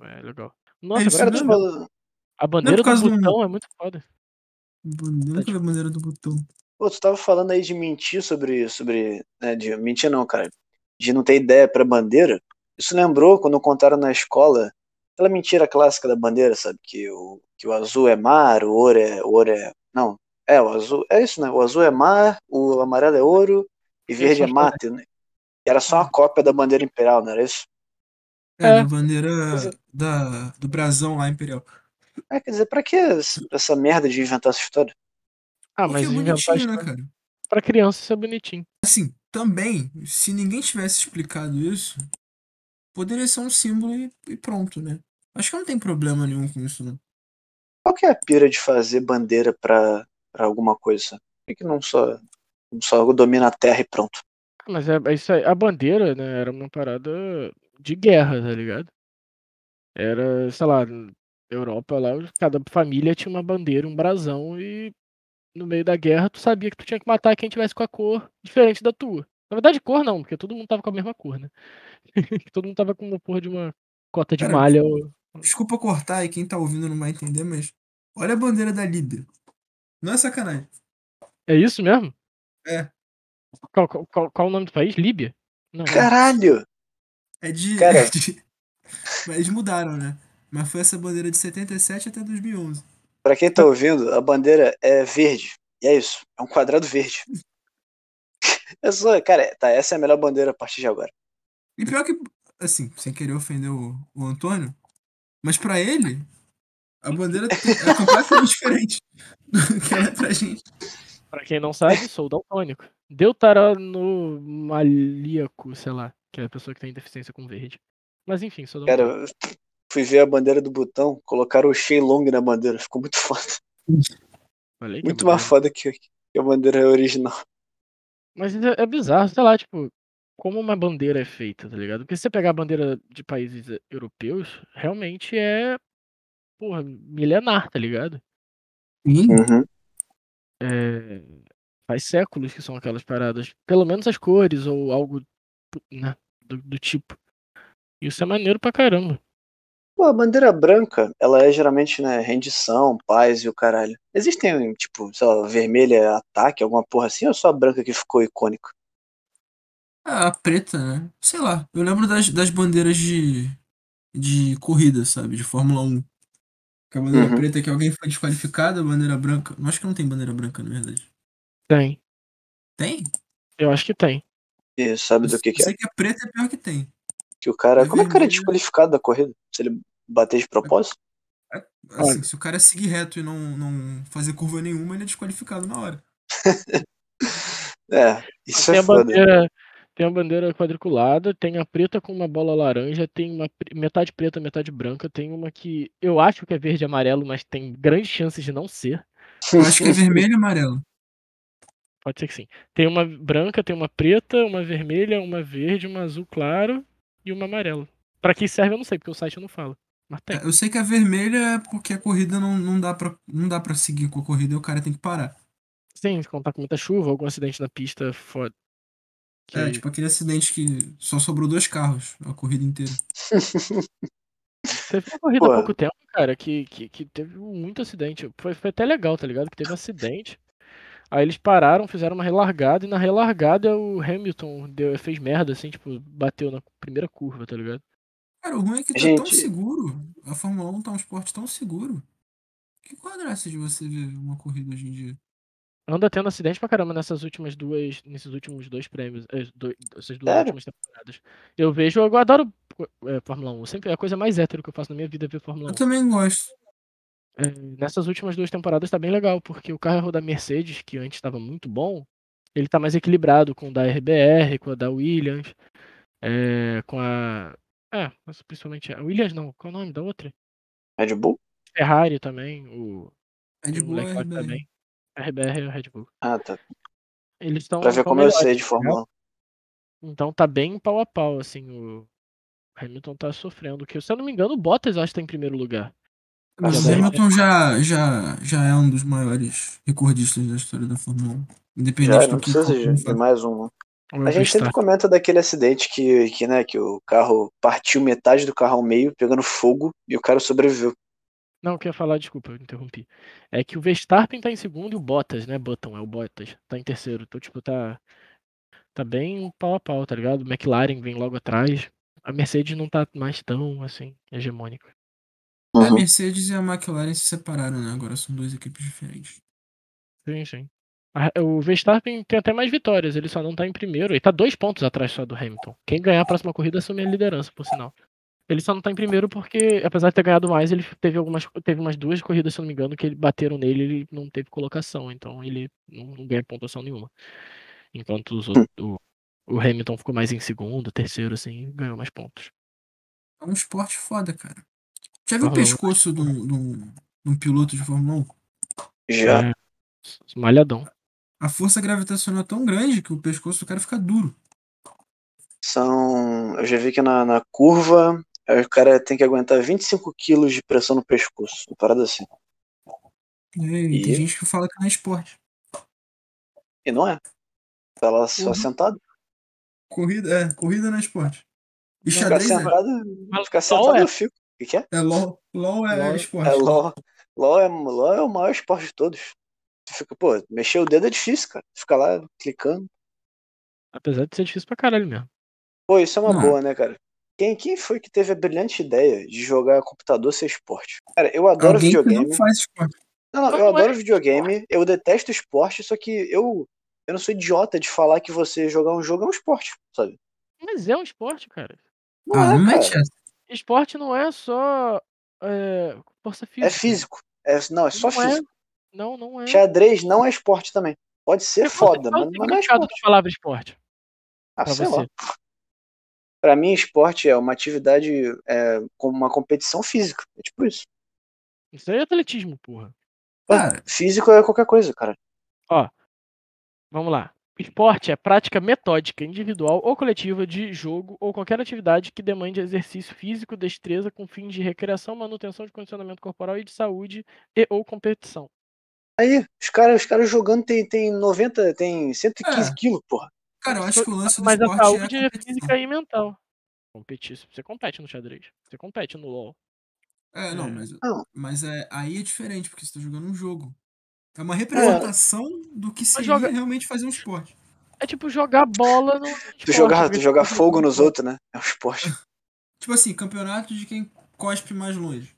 Speaker 1: É legal. Nossa,
Speaker 2: Eles
Speaker 3: Cara,
Speaker 1: agora tá
Speaker 3: tu
Speaker 2: Não.
Speaker 3: falou-
Speaker 1: a bandeira do
Speaker 2: causa do-
Speaker 1: botão é muito foda.
Speaker 2: Bandeira que é a bandeira do botão.
Speaker 3: Pô, tu tava falando aí de mentir sobre. sobre né, de, mentir não, cara. De não ter ideia pra bandeira. Isso lembrou quando contaram na escola aquela mentira clássica da bandeira, sabe? Que o, que o azul é mar, o ouro é. O ouro é não, é o azul. É isso, né? O azul é mar, o amarelo é ouro e verde é
Speaker 1: só-
Speaker 3: mate, né? E Era só uma cópia da bandeira imperial, não era isso?
Speaker 2: É,
Speaker 1: É.
Speaker 2: a bandeira
Speaker 3: Mas é-
Speaker 2: da, do brasão lá imperial.
Speaker 3: É, quer dizer, pra que essa merda de inventar essa história?
Speaker 1: Ah,
Speaker 2: Porque
Speaker 1: mas
Speaker 2: é
Speaker 1: inventar
Speaker 2: bonitinho,
Speaker 1: história
Speaker 2: né, cara?
Speaker 1: pra criança isso é bonitinho.
Speaker 2: Assim, também, se ninguém tivesse explicado isso, poderia ser um símbolo e, e pronto, né? Acho que não tem problema nenhum com isso, não.
Speaker 3: Qual que é a pira de fazer bandeira pra, pra alguma coisa? Por que que não só, não só domina a terra e pronto?
Speaker 1: Ah, Mas é, é isso aí. A bandeira, né, era uma parada de guerra, tá ligado? Era, sei lá, Europa lá, cada família tinha uma bandeira, um brasão, e no meio da guerra tu sabia que tu tinha que matar quem tivesse com a cor diferente da tua. Na verdade, cor não, porque todo mundo tava com a mesma cor, né? todo mundo tava com uma porra de uma cota de
Speaker 2: Cara, tipo
Speaker 1: malha. ou-
Speaker 2: Desculpa cortar e quem tá ouvindo não vai entender, mas olha a bandeira da Líbia. Não é sacanagem.
Speaker 1: É isso mesmo?
Speaker 2: É.
Speaker 1: Qual, qual, qual, qual o nome do país? Líbia? Não.
Speaker 2: Ah,
Speaker 3: Caralho!
Speaker 2: É de.
Speaker 3: Cara.
Speaker 2: é de- mas eles mudaram, né? Mas foi essa bandeira de 77 até 2011.
Speaker 3: Pra quem tá ouvindo, a bandeira é verde. E é isso. É um quadrado verde. É só, cara, tá, essa é a melhor bandeira a partir de agora.
Speaker 2: E pior que, assim, sem querer ofender o, o Antônio, mas pra ele, a bandeira tem- é completamente diferente do que ela é pra gente.
Speaker 1: Pra quem não sabe, sou daltônico. Deuteronomalíaco, sei lá, que é a pessoa que tem deficiência com verde. Mas enfim, sou daltônico.
Speaker 3: Cara, eu fui ver a bandeira do Butão, colocaram o Shenlong na bandeira. Ficou muito foda.
Speaker 1: Falei que é
Speaker 3: Muito mais
Speaker 1: maneiro.
Speaker 3: foda que, que a bandeira original.
Speaker 1: Mas é, é bizarro, sei lá, tipo, como uma bandeira é feita, tá ligado? Porque se você pegar a bandeira de países eh, europeus, realmente é, porra, milenar, tá ligado?
Speaker 3: Uhum.
Speaker 1: É, faz séculos que são aquelas paradas. Pelo menos as cores ou algo, né, do, do tipo. Isso é maneiro pra caramba.
Speaker 3: Pô, a bandeira branca, ela é geralmente, né, rendição, paz e o caralho. Existem, tipo, sei lá, vermelha é ataque, alguma porra assim, ou só a branca que ficou icônica?
Speaker 2: Ah, a preta, né? Sei lá. Eu lembro das, das bandeiras de, de corrida, sabe? De Fórmula 1. Que a bandeira
Speaker 3: Uhum.
Speaker 2: preta é que alguém foi desqualificado, a bandeira branca. Eu acho que não tem bandeira branca, na verdade.
Speaker 1: Tem.
Speaker 2: Tem?
Speaker 1: Eu acho que tem.
Speaker 3: E sabe
Speaker 2: Eu
Speaker 3: do que que é?
Speaker 2: sei que a preta é pior que tem.
Speaker 3: Que o cara.
Speaker 2: É
Speaker 3: Como é que o cara é
Speaker 2: vermelho.
Speaker 3: desqualificado da corrida? Se ele bater de propósito?
Speaker 2: Assim, se o cara seguir reto e não, não fazer curva nenhuma, ele é desqualificado na hora.
Speaker 3: É, isso
Speaker 1: tem
Speaker 3: é
Speaker 1: a
Speaker 3: foda.
Speaker 1: bandeira, tem a bandeira quadriculada, tem a preta com uma bola laranja, tem uma pre- metade preta, metade branca, tem uma que eu acho que é verde e amarelo, mas tem grandes chances de não ser.
Speaker 2: Eu acho que é vermelho e amarelo.
Speaker 1: Pode ser que sim. Tem uma branca, tem uma preta, uma vermelha, uma verde, uma azul claro e uma amarela. Pra que serve eu não sei, porque o site não fala. Mas tem.
Speaker 2: É, Eu sei que a vermelha é porque a corrida não, não, dá pra, não dá pra seguir com a corrida e o cara tem que parar.
Speaker 1: Sim, quando tá com muita chuva, algum acidente na pista foda. Que-
Speaker 2: É, tipo aquele acidente que só sobrou dois carros a corrida inteira.
Speaker 1: Teve uma corrida
Speaker 3: Pô.
Speaker 1: há pouco tempo, cara, que, que, que teve muito acidente. Foi, foi até legal, tá ligado? Que teve um acidente. Aí eles pararam, fizeram uma relargada, e na relargada o Hamilton deu, fez merda, assim, tipo, bateu na primeira curva, tá ligado?
Speaker 2: Cara, o ruim é que tá tão
Speaker 3: Gente.
Speaker 2: seguro. A Fórmula 1 tá um esporte tão seguro. Que quadraça de você ver uma corrida hoje em dia?
Speaker 1: Anda tendo acidente pra caramba nessas últimas duas. Nesses últimos dois prêmios. eh, dois- essas duas
Speaker 3: Sério?
Speaker 1: últimas temporadas. Eu vejo, eu adoro eh, Fórmula 1. Sempre é a coisa mais hétero que eu faço na minha vida é ver Fórmula 1.
Speaker 2: Eu também gosto.
Speaker 1: É, nessas últimas duas temporadas tá bem legal, porque o carro da Mercedes, que antes estava muito bom, ele tá mais equilibrado com o da RBR, com a da Williams, é, com a. É, mas principalmente a Williams não, qual é o nome da outra?
Speaker 3: Red Bull?
Speaker 1: Ferrari também, o,
Speaker 2: Red
Speaker 1: o
Speaker 2: Bull
Speaker 1: moleque
Speaker 2: é
Speaker 1: lá que tá
Speaker 2: RBR.
Speaker 1: bem. A RBR e o Red Bull.
Speaker 3: Ah, tá.
Speaker 1: Eles estão.
Speaker 3: Pra ver como eu sei de
Speaker 1: né?
Speaker 3: Fórmula 1.
Speaker 1: Então tá bem pau a pau, assim, o Hamilton tá sofrendo. Que, se eu não me engano, o Bottas acho que tá em primeiro lugar.
Speaker 2: Mas o
Speaker 3: Também.
Speaker 2: Hamilton já, já, já é um dos maiores recordistas da história da Fórmula 1. Independente
Speaker 3: Já, É, não
Speaker 2: do que
Speaker 3: precisa
Speaker 2: qualquer um
Speaker 3: de, de
Speaker 2: fale.
Speaker 3: mais um.
Speaker 1: Ou é
Speaker 3: A
Speaker 1: o
Speaker 3: gente sempre
Speaker 1: Verstappen?
Speaker 3: comenta daquele acidente que, que, né, que o carro partiu metade do carro ao meio, pegando fogo, e o cara sobreviveu.
Speaker 1: Não, o que eu ia falar, desculpa, eu interrompi. É que o Verstappen tá em segundo e o Bottas, né? Button, é o Bottas, tá em terceiro. Então, tipo, tá, tá bem pau a pau, tá ligado? O McLaren vem logo atrás. A Mercedes não tá mais tão, assim, hegemônica.
Speaker 2: A
Speaker 3: Uhum.
Speaker 2: Mercedes e a McLaren se separaram, né? Agora são duas equipes diferentes.
Speaker 1: Sim, sim. A- O Verstappen tem até mais vitórias, ele só não tá em primeiro. Ele tá dois pontos atrás só do Hamilton. Quem ganhar a próxima corrida assume a liderança, por sinal. Ele só não tá em primeiro porque, apesar de ter ganhado mais, ele teve algumas. Teve umas duas corridas, se eu não me engano, que ele bateram nele ele não teve colocação. Então ele não, não ganha pontuação nenhuma. Enquanto os outros- o, o Hamilton ficou mais em segundo, terceiro, assim, e ganhou mais pontos.
Speaker 2: É um esporte foda, cara. Já viu o
Speaker 1: Fórmula um.
Speaker 2: pescoço de um, de um- de um piloto de Fórmula 1?
Speaker 3: Já.
Speaker 1: É, malhadão.
Speaker 2: A força gravitacional é tão grande que o pescoço do cara fica duro.
Speaker 3: São. Eu já vi que na, na curva aí o cara tem que aguentar 25 quilos de pressão no pescoço. Uma parada assim.
Speaker 2: É, E tem
Speaker 3: E?
Speaker 2: gente que fala que não é esporte.
Speaker 3: E não é. Tá lá só
Speaker 2: Uhum.
Speaker 3: sentado.
Speaker 2: Corrida, é, corrida não é esporte. E
Speaker 1: Não,
Speaker 3: Ficar
Speaker 2: xadrez é,
Speaker 3: sentado. Ficar sentado
Speaker 1: LOL é.
Speaker 3: eu fico. O que, que é?
Speaker 2: é LOL. LOL é
Speaker 1: LOL.
Speaker 2: esporte.
Speaker 3: É LOL. LOL é, LOL é o maior esporte de todos. Tu fica, pô, mexer o dedo é difícil, cara. Fica lá clicando.
Speaker 1: Apesar de ser difícil pra caralho mesmo.
Speaker 3: Pô, isso é uma
Speaker 2: Não.
Speaker 3: boa, né, cara? Quem, quem foi que teve a brilhante ideia de jogar computador ser esporte? Cara, eu adoro
Speaker 2: Alguém que
Speaker 3: videogame.
Speaker 2: não faz esporte.
Speaker 3: Não, não,
Speaker 1: Mas não
Speaker 3: eu
Speaker 1: é
Speaker 3: adoro videogame, eu detesto esporte, só que eu, eu não sou idiota de falar que você jogar um jogo é um esporte, sabe?
Speaker 1: Mas é um esporte, cara.
Speaker 3: Não
Speaker 2: Ah,
Speaker 3: é,
Speaker 2: não
Speaker 3: cara.
Speaker 2: mete essa.
Speaker 1: Esporte não é só é, força física.
Speaker 3: É físico. É, não, é só
Speaker 1: não
Speaker 3: físico.
Speaker 1: É, não, não é.
Speaker 3: Xadrez não é esporte também. Pode ser foda, mas, mas não é
Speaker 1: mercado da
Speaker 3: esporte.
Speaker 1: palavra esporte.
Speaker 3: Ah,
Speaker 1: pra
Speaker 3: sei
Speaker 1: você.
Speaker 3: lá. Pra mim, esporte é uma atividade, é, como uma competição física. É tipo isso.
Speaker 1: Isso aí é atletismo, porra.
Speaker 3: Ué,
Speaker 2: Cara.
Speaker 3: físico é qualquer coisa, cara.
Speaker 1: Vamos lá. Esporte é prática metódica, individual ou coletiva de jogo ou qualquer atividade que demande exercício físico, destreza com fins de recreação, manutenção de condicionamento corporal e de saúde e ou competição.
Speaker 3: Aí, os caras os caras jogando tem, tem 90, tem 115
Speaker 2: É.
Speaker 3: quilos, porra.
Speaker 2: Cara, eu acho que o lance do
Speaker 1: Mas a
Speaker 2: esporte
Speaker 1: saúde
Speaker 2: é a
Speaker 1: é,
Speaker 2: competição.
Speaker 1: física e mental. Competir, você compete no xadrez. Você compete no LoL.
Speaker 2: É, não,
Speaker 1: É.
Speaker 2: mas,
Speaker 3: Não.
Speaker 2: mas é, aí é diferente, porque você tá jogando um jogo. É uma representação do que seria
Speaker 1: joga-
Speaker 2: realmente fazer um esporte.
Speaker 1: É tipo jogar bola no
Speaker 3: Tu jogar,
Speaker 1: esporte,
Speaker 3: tu jogar
Speaker 1: porque-
Speaker 3: fogo nos outros, né? É um esporte.
Speaker 2: Tipo assim, campeonato de quem cospe mais longe.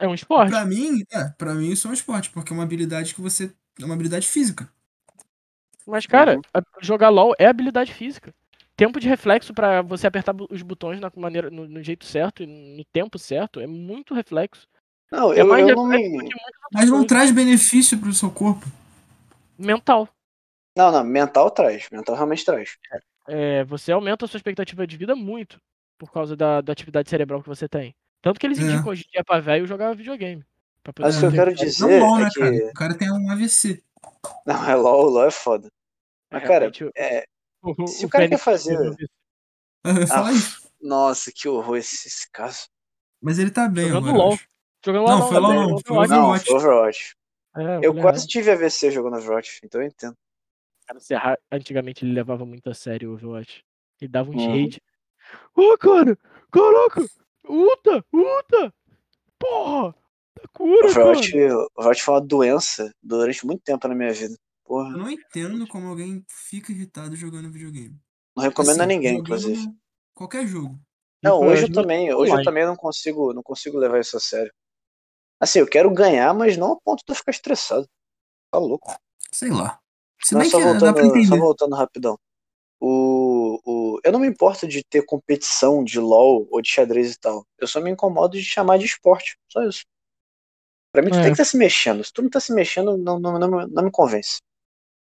Speaker 1: É um esporte.
Speaker 2: Pra mim, é, pra mim isso é um esporte, porque é uma habilidade que você. É uma habilidade física.
Speaker 1: Mas, cara,
Speaker 3: Uhum.
Speaker 1: a- jogar LOL é habilidade física. Tempo de reflexo pra você apertar bu- os botões na maneira, no, no jeito certo, e no tempo certo, é muito reflexo.
Speaker 3: Não,
Speaker 1: É
Speaker 3: eu,
Speaker 1: mais
Speaker 3: eu não
Speaker 1: reflexo
Speaker 3: me.
Speaker 1: do que muitas outras
Speaker 2: Mas não
Speaker 1: coisas.
Speaker 2: traz benefício pro seu corpo.
Speaker 1: mental.
Speaker 3: Não, não, mental traz. Mental realmente traz.
Speaker 1: É, você aumenta a sua expectativa de vida muito por causa da, da atividade cerebral que você tem. Tanto que eles
Speaker 2: É.
Speaker 1: indicam hoje em dia pra velho jogar videogame. Pra poder
Speaker 3: Mas o que eu
Speaker 2: É.
Speaker 3: quero
Speaker 2: Não
Speaker 3: dizer
Speaker 2: LOL,
Speaker 3: é
Speaker 2: né,
Speaker 3: que.
Speaker 2: cara? O cara tem um AVC.
Speaker 3: Não, é LOL, LOL é foda. Mas, cara,
Speaker 1: realmente, o-
Speaker 3: é.
Speaker 1: o-
Speaker 3: se o cara
Speaker 1: Fênix-
Speaker 3: quer fazer-
Speaker 2: Eu ia falar
Speaker 3: Ah,
Speaker 2: isso.
Speaker 3: nossa, que horror esse, esse caso.
Speaker 2: Mas ele tá bem
Speaker 1: Jogando
Speaker 2: agora. eu
Speaker 1: LOL.
Speaker 2: acho.
Speaker 1: Jogando
Speaker 2: Não,
Speaker 1: LOL,
Speaker 2: foi LOL,
Speaker 1: né?
Speaker 2: não,
Speaker 1: Jogando
Speaker 2: foi
Speaker 1: Overwatch.
Speaker 3: Não,
Speaker 2: Overwatch.
Speaker 3: foi Overwatch.
Speaker 1: É,
Speaker 3: Eu
Speaker 1: mulher
Speaker 3: quase tive AVC jogando Overwatch, então eu entendo.
Speaker 1: Cara, o Serra, antigamente ele levava muito a sério o Overwatch. Ele dava uns
Speaker 3: Uhum.
Speaker 1: hate. Ô, cara! Caraca! Uta! Uta! Porra! Tá cura, cara!
Speaker 3: Overwatch, Overwatch foi uma doença durante muito tempo na minha vida. Porra,
Speaker 2: Eu não entendo como alguém fica irritado jogando videogame.
Speaker 3: não recomendo a
Speaker 2: Assim,
Speaker 3: ninguém,
Speaker 2: jogando
Speaker 1: é
Speaker 3: inclusive.
Speaker 2: Qualquer jogo.
Speaker 3: Não,
Speaker 1: Tipo,
Speaker 3: hoje eu
Speaker 1: ajuda-
Speaker 3: também, hoje eu
Speaker 1: online.
Speaker 3: também não consigo, não consigo levar isso a sério. Assim, eu quero ganhar, mas não a ponto de eu ficar estressado. Tá louco.
Speaker 2: Sei lá. Se
Speaker 3: Não,
Speaker 2: bem
Speaker 3: só
Speaker 2: que é, dá pra
Speaker 3: voltando, só
Speaker 2: entender.
Speaker 3: voltando rapidão. O, o, eu não me importo de ter competição de LoL ou de xadrez e tal. Eu só me incomodo de chamar de esporte. Só isso. Pra mim, tu
Speaker 1: É.
Speaker 3: tem que estar se mexendo. Se tu não tá se mexendo, não, não, não, não me convence.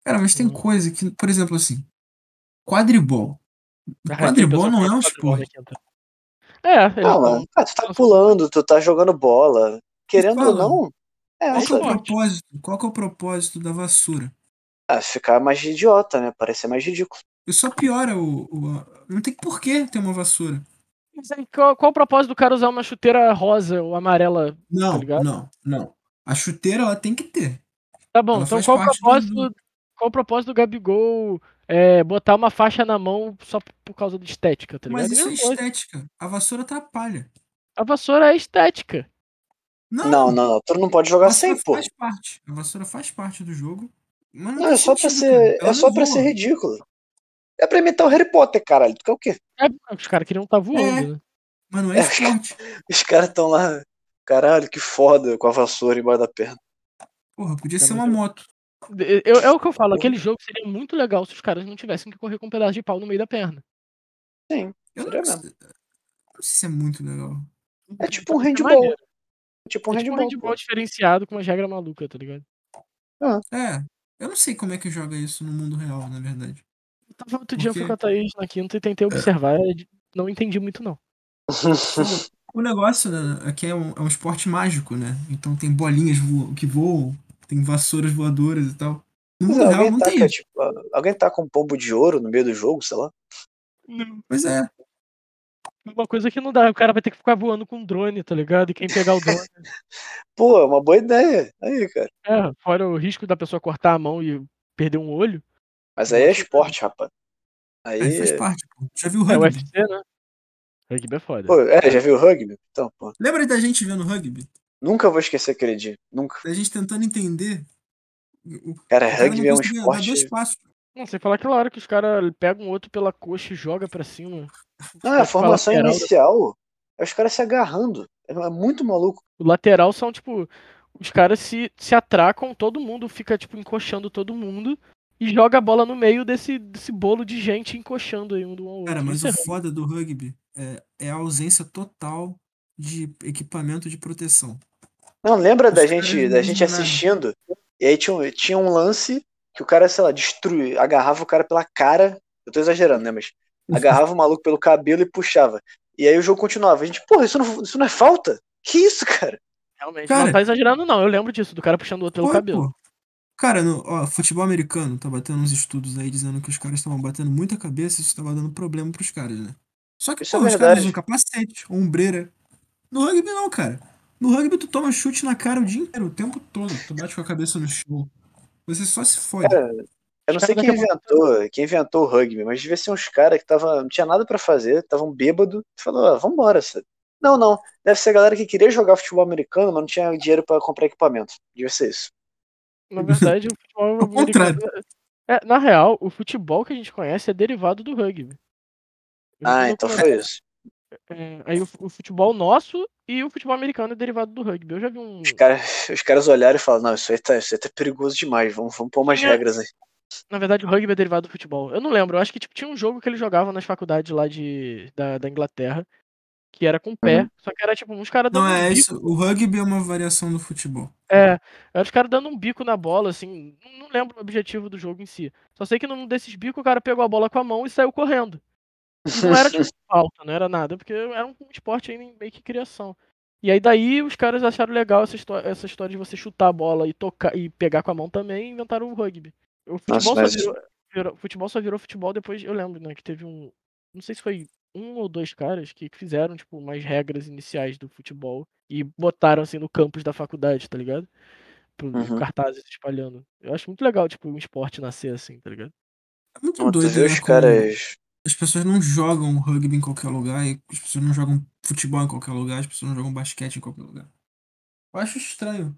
Speaker 2: Cara, mas tem
Speaker 1: Hum.
Speaker 2: coisa que, por exemplo, assim, quadribol. O quadribol não é um esporte.
Speaker 1: É, ele
Speaker 3: Não,
Speaker 1: não-
Speaker 3: mano, cara, tu tá pulando, tu tá jogando bola. Querendo ou
Speaker 2: fala.
Speaker 3: não, é,
Speaker 2: Qual que é o
Speaker 3: sabe?
Speaker 1: esporte.
Speaker 2: propósito? Qual que é o propósito da vassoura?
Speaker 3: Ah, ficar mais idiota, né? Parecer mais ridículo.
Speaker 2: E só piora o, o- a- Não tem por que ter uma vassoura.
Speaker 1: Mas aí, qual, qual o propósito do cara usar uma chuteira rosa ou amarela? Tá
Speaker 2: Não,
Speaker 1: ligado?
Speaker 2: não, não. A chuteira ela tem que ter.
Speaker 1: Tá bom,
Speaker 2: Ela
Speaker 1: então
Speaker 2: faz
Speaker 1: qual o
Speaker 2: parte do-
Speaker 1: propósito, qual o propósito do Gabigol é, botar uma faixa na mão só por causa de estética, tá ligado?
Speaker 2: Mas isso é
Speaker 1: Mesma coisa.
Speaker 2: estética. A vassoura atrapalha.
Speaker 1: A vassoura é estética.
Speaker 2: Não,
Speaker 3: Não, não, não. Tu não pode
Speaker 2: a
Speaker 3: jogar
Speaker 2: vassoura
Speaker 3: sem, pô.
Speaker 2: faz parte. A vassoura faz parte do jogo. Mas não,
Speaker 3: Não, é
Speaker 2: faz
Speaker 3: só pra
Speaker 2: sentido, cara.
Speaker 3: ser,
Speaker 2: Ela
Speaker 3: é
Speaker 2: não
Speaker 3: só pra
Speaker 2: voa.
Speaker 3: ser ridículo. É pra imitar o Harry Potter, caralho. Tu quer o quê?
Speaker 1: É, os caras queriam estar voando, né?
Speaker 2: Mas não é
Speaker 3: É.
Speaker 2: esporte.
Speaker 3: Os caras tão lá, caralho, que foda, com a vassoura embaixo da perna.
Speaker 2: Porra, podia
Speaker 1: Tá
Speaker 2: ser
Speaker 1: muito
Speaker 2: uma moto.
Speaker 1: Eu, é o que eu falo, aquele jogo seria muito legal se os caras não tivessem que correr com um pedaço de pau no meio da perna.
Speaker 2: Eu não,
Speaker 3: Seria
Speaker 2: sei- não sei se é muito legal.
Speaker 3: É tipo um
Speaker 1: Isso é
Speaker 3: handball.
Speaker 1: maneiro.
Speaker 3: É tipo um
Speaker 1: É tipo um
Speaker 3: handball.
Speaker 1: handball diferenciado com uma regra maluca, tá ligado?
Speaker 2: É, eu não sei como é que joga isso no mundo real, na verdade.
Speaker 1: Eu tava Então, outro dia, eu fui
Speaker 2: Porque-
Speaker 1: com a Thaís na quinta e tentei observar, e não entendi muito, não.
Speaker 2: Tipo, o negócio né, aqui é um, é um esporte mágico, né? Então tem bolinhas vo- que voam, tem vassouras voadoras e tal. No
Speaker 3: Mas
Speaker 2: mundo real
Speaker 3: alguém
Speaker 2: não tem
Speaker 3: taca,
Speaker 2: isso.
Speaker 3: tipo, alguém taca um pombo de ouro no meio do jogo, sei lá.
Speaker 1: Não.
Speaker 2: Pois é,
Speaker 1: Uma coisa que não dá, o cara vai ter que ficar voando com um drone, tá ligado? E quem pegar o drone.
Speaker 3: Pô, é uma boa ideia. Aí, cara.
Speaker 1: É, fora o risco da pessoa cortar a mão e perder um olho.
Speaker 3: Mas aí é esporte, rapaz. Aí.
Speaker 2: aí faz parte, pô. Já viu o
Speaker 1: É o
Speaker 2: rugby?
Speaker 1: UFC, né? Rugby é foda.
Speaker 3: Pô, é, já viu o rugby? Então, pô.
Speaker 2: Lembra da gente vendo rugby?
Speaker 3: Nunca vou esquecer aquele dia. Nunca.
Speaker 2: Da gente tentando entender. O o
Speaker 3: Cara,
Speaker 2: cara não
Speaker 3: rugby é um
Speaker 2: conseguia dar dois
Speaker 3: esporte.
Speaker 2: passos.
Speaker 1: Não, sem falar aquela hora que os caras pegam um outro pela coxa e joga pra cima.
Speaker 3: Não, é a
Speaker 1: Pode falar
Speaker 3: formação
Speaker 1: lateral, né?
Speaker 3: inicial. É os caras se agarrando. É muito maluco.
Speaker 1: O lateral são, tipo, os caras se, se atracam, todo mundo fica, tipo, encoxando todo mundo e joga a bola no meio desse, desse bolo de gente encoxando aí um do outro.
Speaker 2: Cara, mas
Speaker 1: Isso
Speaker 2: o
Speaker 1: é-
Speaker 2: foda do rugby é, é a ausência total de equipamento de proteção.
Speaker 3: Não, lembra
Speaker 2: Os
Speaker 3: da
Speaker 2: caras
Speaker 3: gente,
Speaker 2: não
Speaker 3: da
Speaker 1: né?
Speaker 3: gente
Speaker 2: usam nada.
Speaker 3: assistindo? E aí tinha um, tinha um lance que o cara, sei lá, destruiu, agarrava o cara pela cara. Eu tô exagerando, né? Mas agarrava o maluco pelo cabelo e puxava. E aí o jogo continuava. A gente, porra, isso não, isso não é falta? Que isso, cara?
Speaker 1: Realmente,
Speaker 2: Cara-
Speaker 1: não tá exagerando, não. Eu lembro disso, do cara puxando o outro pelo
Speaker 2: Foi,
Speaker 1: cabelo.
Speaker 2: pô. Cara, no, ó, futebol americano tá batendo uns estudos aí dizendo que os caras estavam batendo muita cabeça e isso tava dando problema pros caras, né? Só que,
Speaker 3: Isso é
Speaker 2: pô, os caras
Speaker 3: verdade.
Speaker 2: usam capacete, ombreira. No rugby não, cara. No rugby tu toma chute na cara o dia inteiro, o tempo todo. Tu bate com a cabeça no chão. Você só se fode.
Speaker 3: Cara, Eu não
Speaker 1: Os
Speaker 3: sei
Speaker 1: caras
Speaker 3: quem
Speaker 1: daqui a
Speaker 3: inventou, quem inventou o rugby, mas devia ser uns caras que tava, não tinha nada pra fazer, estavam bêbado, e falou, ah, vambora, sabe? Não, não, deve ser a galera que queria jogar futebol americano, mas não tinha dinheiro pra comprar equipamento. Devia ser isso.
Speaker 1: Na verdade, o futebol
Speaker 2: Ao contrário.
Speaker 1: americano- É, na real, o futebol que a gente conhece é derivado do rugby. Eu vi
Speaker 3: Ah,
Speaker 1: um
Speaker 3: então
Speaker 1: documentário,
Speaker 3: foi isso.
Speaker 1: é, aí o, fu- o futebol nosso e o futebol americano é derivado do rugby. Eu já vi um.
Speaker 3: Os caras, os caras olharam e falaram, não, isso aí tá, isso aí tá perigoso demais, vamos, vamos pôr umas
Speaker 1: Tinha-
Speaker 3: regras aí.
Speaker 1: Na verdade, o rugby é derivado do futebol. Eu não lembro. Eu acho que tipo, tinha um jogo que eles jogavam nas faculdades lá de, da, da Inglaterra, que era com o pé. Só que era tipo uns caras dando
Speaker 2: Uhum. Não,
Speaker 1: um
Speaker 2: é
Speaker 1: bico.
Speaker 2: isso. O rugby é uma variação do futebol.
Speaker 1: É, era os caras dando um bico na bola, assim. Não, não lembro o objetivo do jogo em si. Só sei que num desses bicos o cara pegou a bola com a mão e saiu correndo. E não era tipo falta, não era nada, porque era um esporte ainda em meio que criação. E aí daí os caras acharam legal essa história, essa história de você chutar a bola e tocar e pegar com a mão também e inventaram o rugby. O futebol,
Speaker 3: mas-
Speaker 1: só virou, virou- futebol só virou futebol depois, eu lembro, né, que teve um, não sei se foi um ou dois caras que fizeram tipo umas regras iniciais do futebol e botaram assim no campus da faculdade, tá ligado? pro
Speaker 3: Uhum.
Speaker 1: cartazes espalhando. Eu acho muito legal, tipo, um esporte nascer assim, tá ligado?
Speaker 2: É muito
Speaker 3: Pô, tu
Speaker 2: doido,
Speaker 3: vê
Speaker 2: né,
Speaker 3: os
Speaker 2: como
Speaker 3: caras.
Speaker 2: As pessoas não jogam rugby em qualquer lugar, e as pessoas não jogam futebol em qualquer lugar, as pessoas não jogam basquete em qualquer lugar. Eu acho estranho.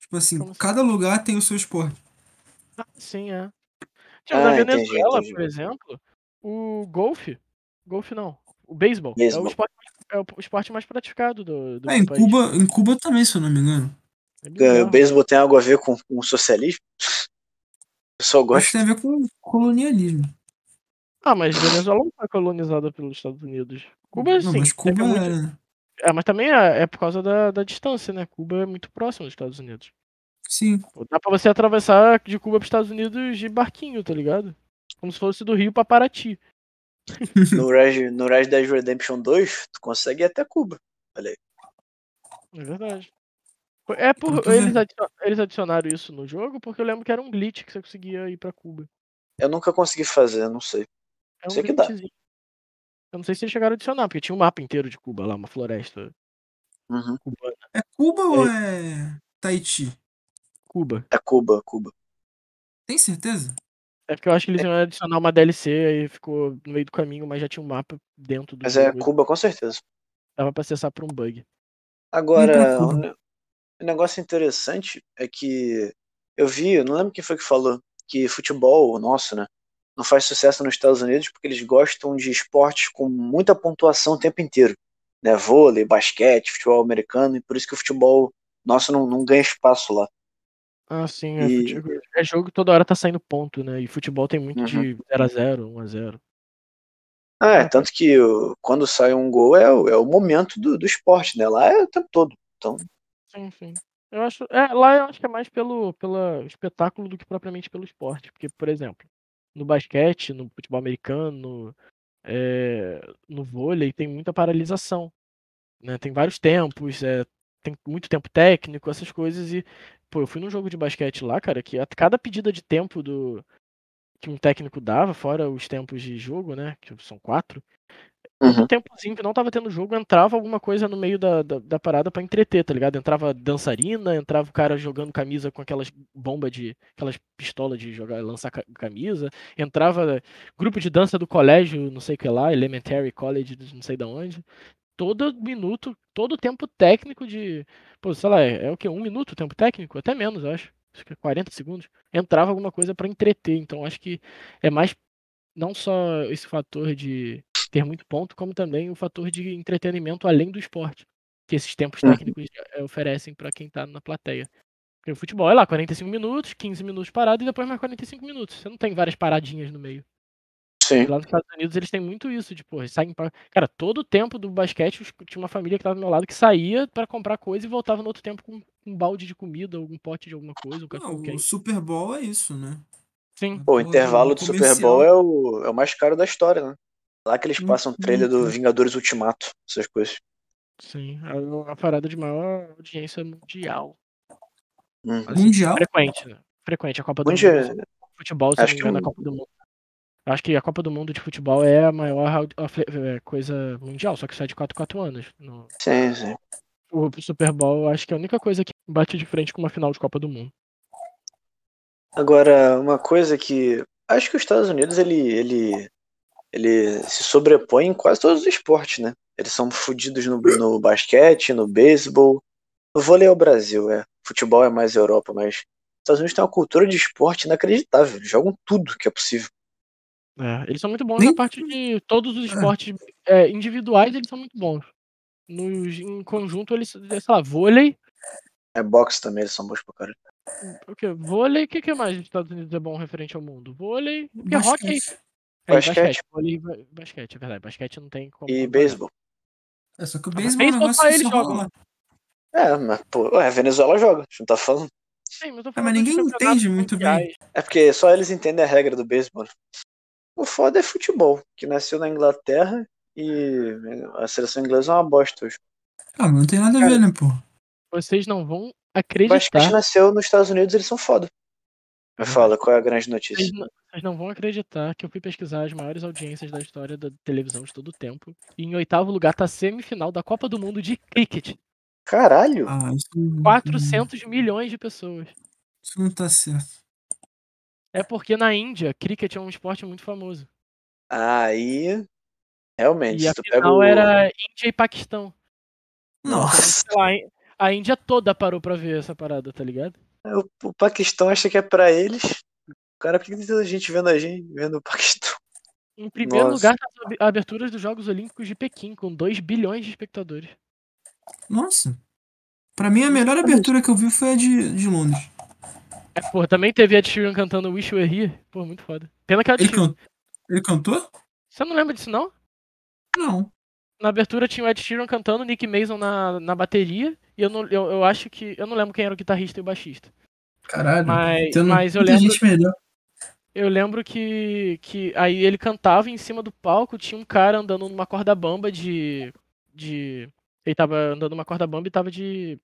Speaker 2: Tipo assim,
Speaker 1: Como assim?
Speaker 2: cada lugar tem o seu esporte.
Speaker 1: Ah, sim, é. Tipo,
Speaker 3: Ah,
Speaker 1: na
Speaker 3: entendi,
Speaker 1: Venezuela,
Speaker 3: entendi.
Speaker 1: por exemplo, o golfe, golfe não, o beisebol, é o
Speaker 3: Beisebol.
Speaker 1: esporte, é o esporte mais praticado do, do
Speaker 2: É, em
Speaker 1: país.
Speaker 2: Cuba, em Cuba também, se eu não me engano.
Speaker 1: É
Speaker 3: eh, O
Speaker 1: bizarro.
Speaker 3: beisebol tem algo a ver com, com o socialismo? O pessoal
Speaker 2: Eu Acho que
Speaker 3: gosta.
Speaker 2: tem a ver com colonialismo.
Speaker 1: Ah, mas Venezuela não foi colonizada pelos Estados Unidos. Cuba,
Speaker 2: Não,
Speaker 1: sim.
Speaker 2: mas Cuba
Speaker 1: é muito-
Speaker 2: é.
Speaker 1: É, mas também é, é por causa da, da distância, né? Cuba é muito próximo dos Estados Unidos.
Speaker 2: Sim.
Speaker 1: Pô, Dá pra você atravessar de Cuba pros Estados Unidos de barquinho, tá ligado? Como se fosse do Rio pra Paraty.
Speaker 3: No Red, no Red Dead Redemption 2, tu consegue ir até Cuba.
Speaker 1: É verdade. Foi- É
Speaker 2: Pra
Speaker 1: por
Speaker 2: tu ver.
Speaker 1: eles, adiciona- eles adicionaram isso no jogo porque eu lembro que era um glitch que você conseguia ir pra Cuba.
Speaker 3: Eu nunca consegui fazer, não sei.
Speaker 1: É um
Speaker 3: Sei que dá.
Speaker 1: glitchzinho. Eu não sei se eles chegaram a adicionar, porque tinha um mapa inteiro de Cuba lá, uma floresta
Speaker 3: Uhum.
Speaker 1: cubana.
Speaker 2: É Cuba ou é Tahiti?
Speaker 1: Cuba.
Speaker 3: É Cuba, Cuba.
Speaker 2: Tem certeza?
Speaker 1: É porque eu acho que eles iam adicionar uma DLC e ficou no meio do caminho, mas já tinha um mapa dentro do
Speaker 3: Mas é
Speaker 2: Uhum.
Speaker 1: jogo.
Speaker 3: Cuba com certeza.
Speaker 1: Dava pra acessar por um bug.
Speaker 2: pra
Speaker 3: Agora,
Speaker 2: Cuba.
Speaker 3: um, ne- um negócio interessante é que eu vi, eu não lembro quem foi que falou, que futebol, o nosso, né? Não faz sucesso nos Estados Unidos porque eles gostam de esportes com muita pontuação o tempo inteiro. Né? Vôlei, basquete, futebol americano, e por isso que o futebol nosso não, não ganha espaço lá.
Speaker 1: Ah, sim, é,
Speaker 3: E-
Speaker 1: futebol. é jogo que toda hora tá saindo ponto, né? E futebol tem muito
Speaker 3: Uhum.
Speaker 1: de 0x0, 1x0.
Speaker 3: Ah, é,
Speaker 1: Ah,
Speaker 3: tanto que o- quando sai um gol é, o- é o momento do, do esporte, né? Lá é o tempo todo. Então,
Speaker 1: Sim, sim. Eu acho, é, lá eu acho que é mais pelo pela espetáculo do que propriamente pelo esporte. Porque, por exemplo, no basquete, no futebol americano, é, no vôlei, tem muita paralisação. Né? Tem vários tempos, é, tem muito tempo técnico, essas coisas. E, pô, eu fui num jogo de basquete lá, cara, que a cada pedida de tempo do que um técnico dava, fora os tempos de jogo, né? Que são quatro. Todo
Speaker 3: Uhum.
Speaker 1: um tempozinho que não tava tendo jogo, entrava alguma coisa no meio da, da, da parada pra entreter, tá ligado? Entrava dançarina, entrava o cara jogando camisa com aquelas bomba de. aquelas pistolas de jogar, lançar ca- camisa, entrava grupo de dança do colégio, não sei o que lá, Elementary College, não sei da onde. Todo minuto, todo tempo técnico de. Pô, sei lá, é, é o quê? Um minuto o tempo técnico? Até menos, eu acho. Acho que é 40 segundos. Entrava alguma coisa pra entreter. Então acho que é mais não só esse fator de ter muito ponto, como também o fator de entretenimento além do esporte, que esses tempos
Speaker 3: Uhum.
Speaker 1: técnicos eh, oferecem para quem tá na plateia. Porque o futebol é lá, 45 minutos, 15 minutos parado e depois mais 45 minutos. Você não tem várias paradinhas no meio. E
Speaker 3: sim.
Speaker 1: lá nos Estados Unidos eles têm muito isso, de porra, eles saem pra... Cara, todo o tempo do basquete os- tinha uma família que tava do meu lado que saía pra comprar coisa e voltava no outro tempo com um balde de comida, algum pote de alguma coisa, um cachorro
Speaker 2: Não, o
Speaker 1: quente.
Speaker 2: Super Bowl é isso, né?
Speaker 1: Sim,
Speaker 3: Pô, o
Speaker 2: Porra do
Speaker 3: intervalo do Super
Speaker 2: comercial.
Speaker 3: Bowl é o, é o mais caro da história, né? Lá que eles passam trilha do
Speaker 2: Muito.
Speaker 3: Vingadores Ultimato, essas coisas. Ah.
Speaker 1: sim. É a parada de maior audiência mundial.
Speaker 3: Uhum.
Speaker 1: Assim,
Speaker 2: Mundial?
Speaker 1: frequente, né? Frequente. A Copa do
Speaker 3: Onde
Speaker 1: Mundo,
Speaker 3: é-
Speaker 1: assim, futebol, se eu não
Speaker 3: acho
Speaker 1: me
Speaker 3: que
Speaker 1: engano, a
Speaker 3: o-
Speaker 1: Copa do Mundo. Acho que a Copa do Mundo de futebol é a maior audi- a fle- eh, coisa mundial, só que isso é de 4 4 anos. No-
Speaker 3: sim, sim.
Speaker 1: O Super Bowl, acho que é a única coisa que bate de frente com uma final de Copa do Mundo.
Speaker 3: Agora, uma coisa que acho que os Estados Unidos ele, ele, ele se sobrepõe em quase todos os esportes, né? Eles são fodidos no, no basquete, no beisebol. O vôlei é o Brasil, é. Futebol é mais Europa, mas os Estados Unidos tem uma cultura de esporte inacreditável. Eles jogam tudo que é possível.
Speaker 1: É, eles são muito bons
Speaker 2: Nem-
Speaker 1: na parte de todos os
Speaker 2: É.
Speaker 1: esportes eh, individuais, eles são muito bons. Nos, em conjunto, eles, sei lá, vôlei.
Speaker 3: É boxe também, eles são bons pra caralho.
Speaker 1: O que? Vôlei, o que, que mais os Estados Unidos é bom referente ao mundo? Vôlei. Porque hockey.
Speaker 2: Basquete.
Speaker 1: É, e basquete.
Speaker 3: Basquete.
Speaker 1: Vôlei e ba- basquete, é verdade. Basquete não tem como.
Speaker 3: E
Speaker 1: comparar.
Speaker 3: beisebol.
Speaker 2: É só que o
Speaker 1: Ah, mas
Speaker 2: beisebol é um
Speaker 1: beisebol
Speaker 2: negócio
Speaker 1: só
Speaker 2: que
Speaker 1: eles
Speaker 2: só
Speaker 1: jogam.
Speaker 2: rola.
Speaker 3: É, mas, pô, ué, a Venezuela joga, a gente não tá falando.
Speaker 1: Sim, mas eu tô
Speaker 2: Ah,
Speaker 1: falando
Speaker 2: mas
Speaker 1: dos
Speaker 2: ninguém
Speaker 1: campeonatos
Speaker 2: entende muito bem.
Speaker 1: mundiais.
Speaker 3: É porque só eles entendem a regra do beisebol. né? O foda é futebol, que nasceu na Inglaterra e a seleção inglesa é uma bosta hoje.
Speaker 2: Ah, mas não tem nada a ver, né, pô?
Speaker 1: Vocês não vão
Speaker 3: O basquete
Speaker 1: acreditar.
Speaker 3: nasceu nos Estados Unidos, eles são foda. Me
Speaker 1: Uhum.
Speaker 3: fala, qual é a grande notícia?
Speaker 1: Vocês não, vocês não vão acreditar que eu fui pesquisar as maiores audiências da história da televisão de todo o tempo. E em oitavo lugar tá a semifinal da Copa do Mundo de Cricket.
Speaker 3: Caralho!
Speaker 2: Ah, isso não,
Speaker 1: 400 milhões de pessoas.
Speaker 2: isso não tá certo.
Speaker 1: É porque na Índia, cricket é um esporte muito famoso.
Speaker 3: Aí. Realmente,
Speaker 1: Ah. E a
Speaker 3: se tu pega
Speaker 1: final
Speaker 3: o.
Speaker 1: era Índia e Paquistão. Então,
Speaker 3: Nossa,
Speaker 1: Sei lá, a Í- a Índia toda parou pra ver essa parada, tá ligado?
Speaker 3: o, o Paquistão acha que é pra eles. Cara, por que que tem tanta gente vendo a gente, vendo o Paquistão?
Speaker 1: Em primeiro
Speaker 3: Nossa.
Speaker 1: lugar, tá as ab- aberturas dos Jogos Olímpicos de Pequim, com 2 bilhões de espectadores. tá.
Speaker 2: Nossa. Pra mim, a melhor abertura que eu vi foi a de, de Londres.
Speaker 1: É, porra, também teve Ed Sheeran cantando Wish You Were Here. Pô, muito foda. Pena que é o Ed
Speaker 2: Ele,
Speaker 1: Sheeran.
Speaker 2: can... Ele cantou?
Speaker 1: Você não lembra disso, não?
Speaker 2: Não.
Speaker 1: Na abertura tinha o Ed Sheeran cantando, Nick Mason na, na bateria. E eu, não, eu, eu acho que. Eu não lembro quem era o guitarrista e o baixista.
Speaker 2: Caralho.
Speaker 1: Mas,
Speaker 2: Tendo
Speaker 1: mas eu
Speaker 2: muita
Speaker 1: lembro.
Speaker 2: gente melhor.
Speaker 1: Eu lembro que, que aí ele cantava e em cima do palco tinha um cara andando numa corda bamba de. de ele tava andando numa corda bamba e tava de.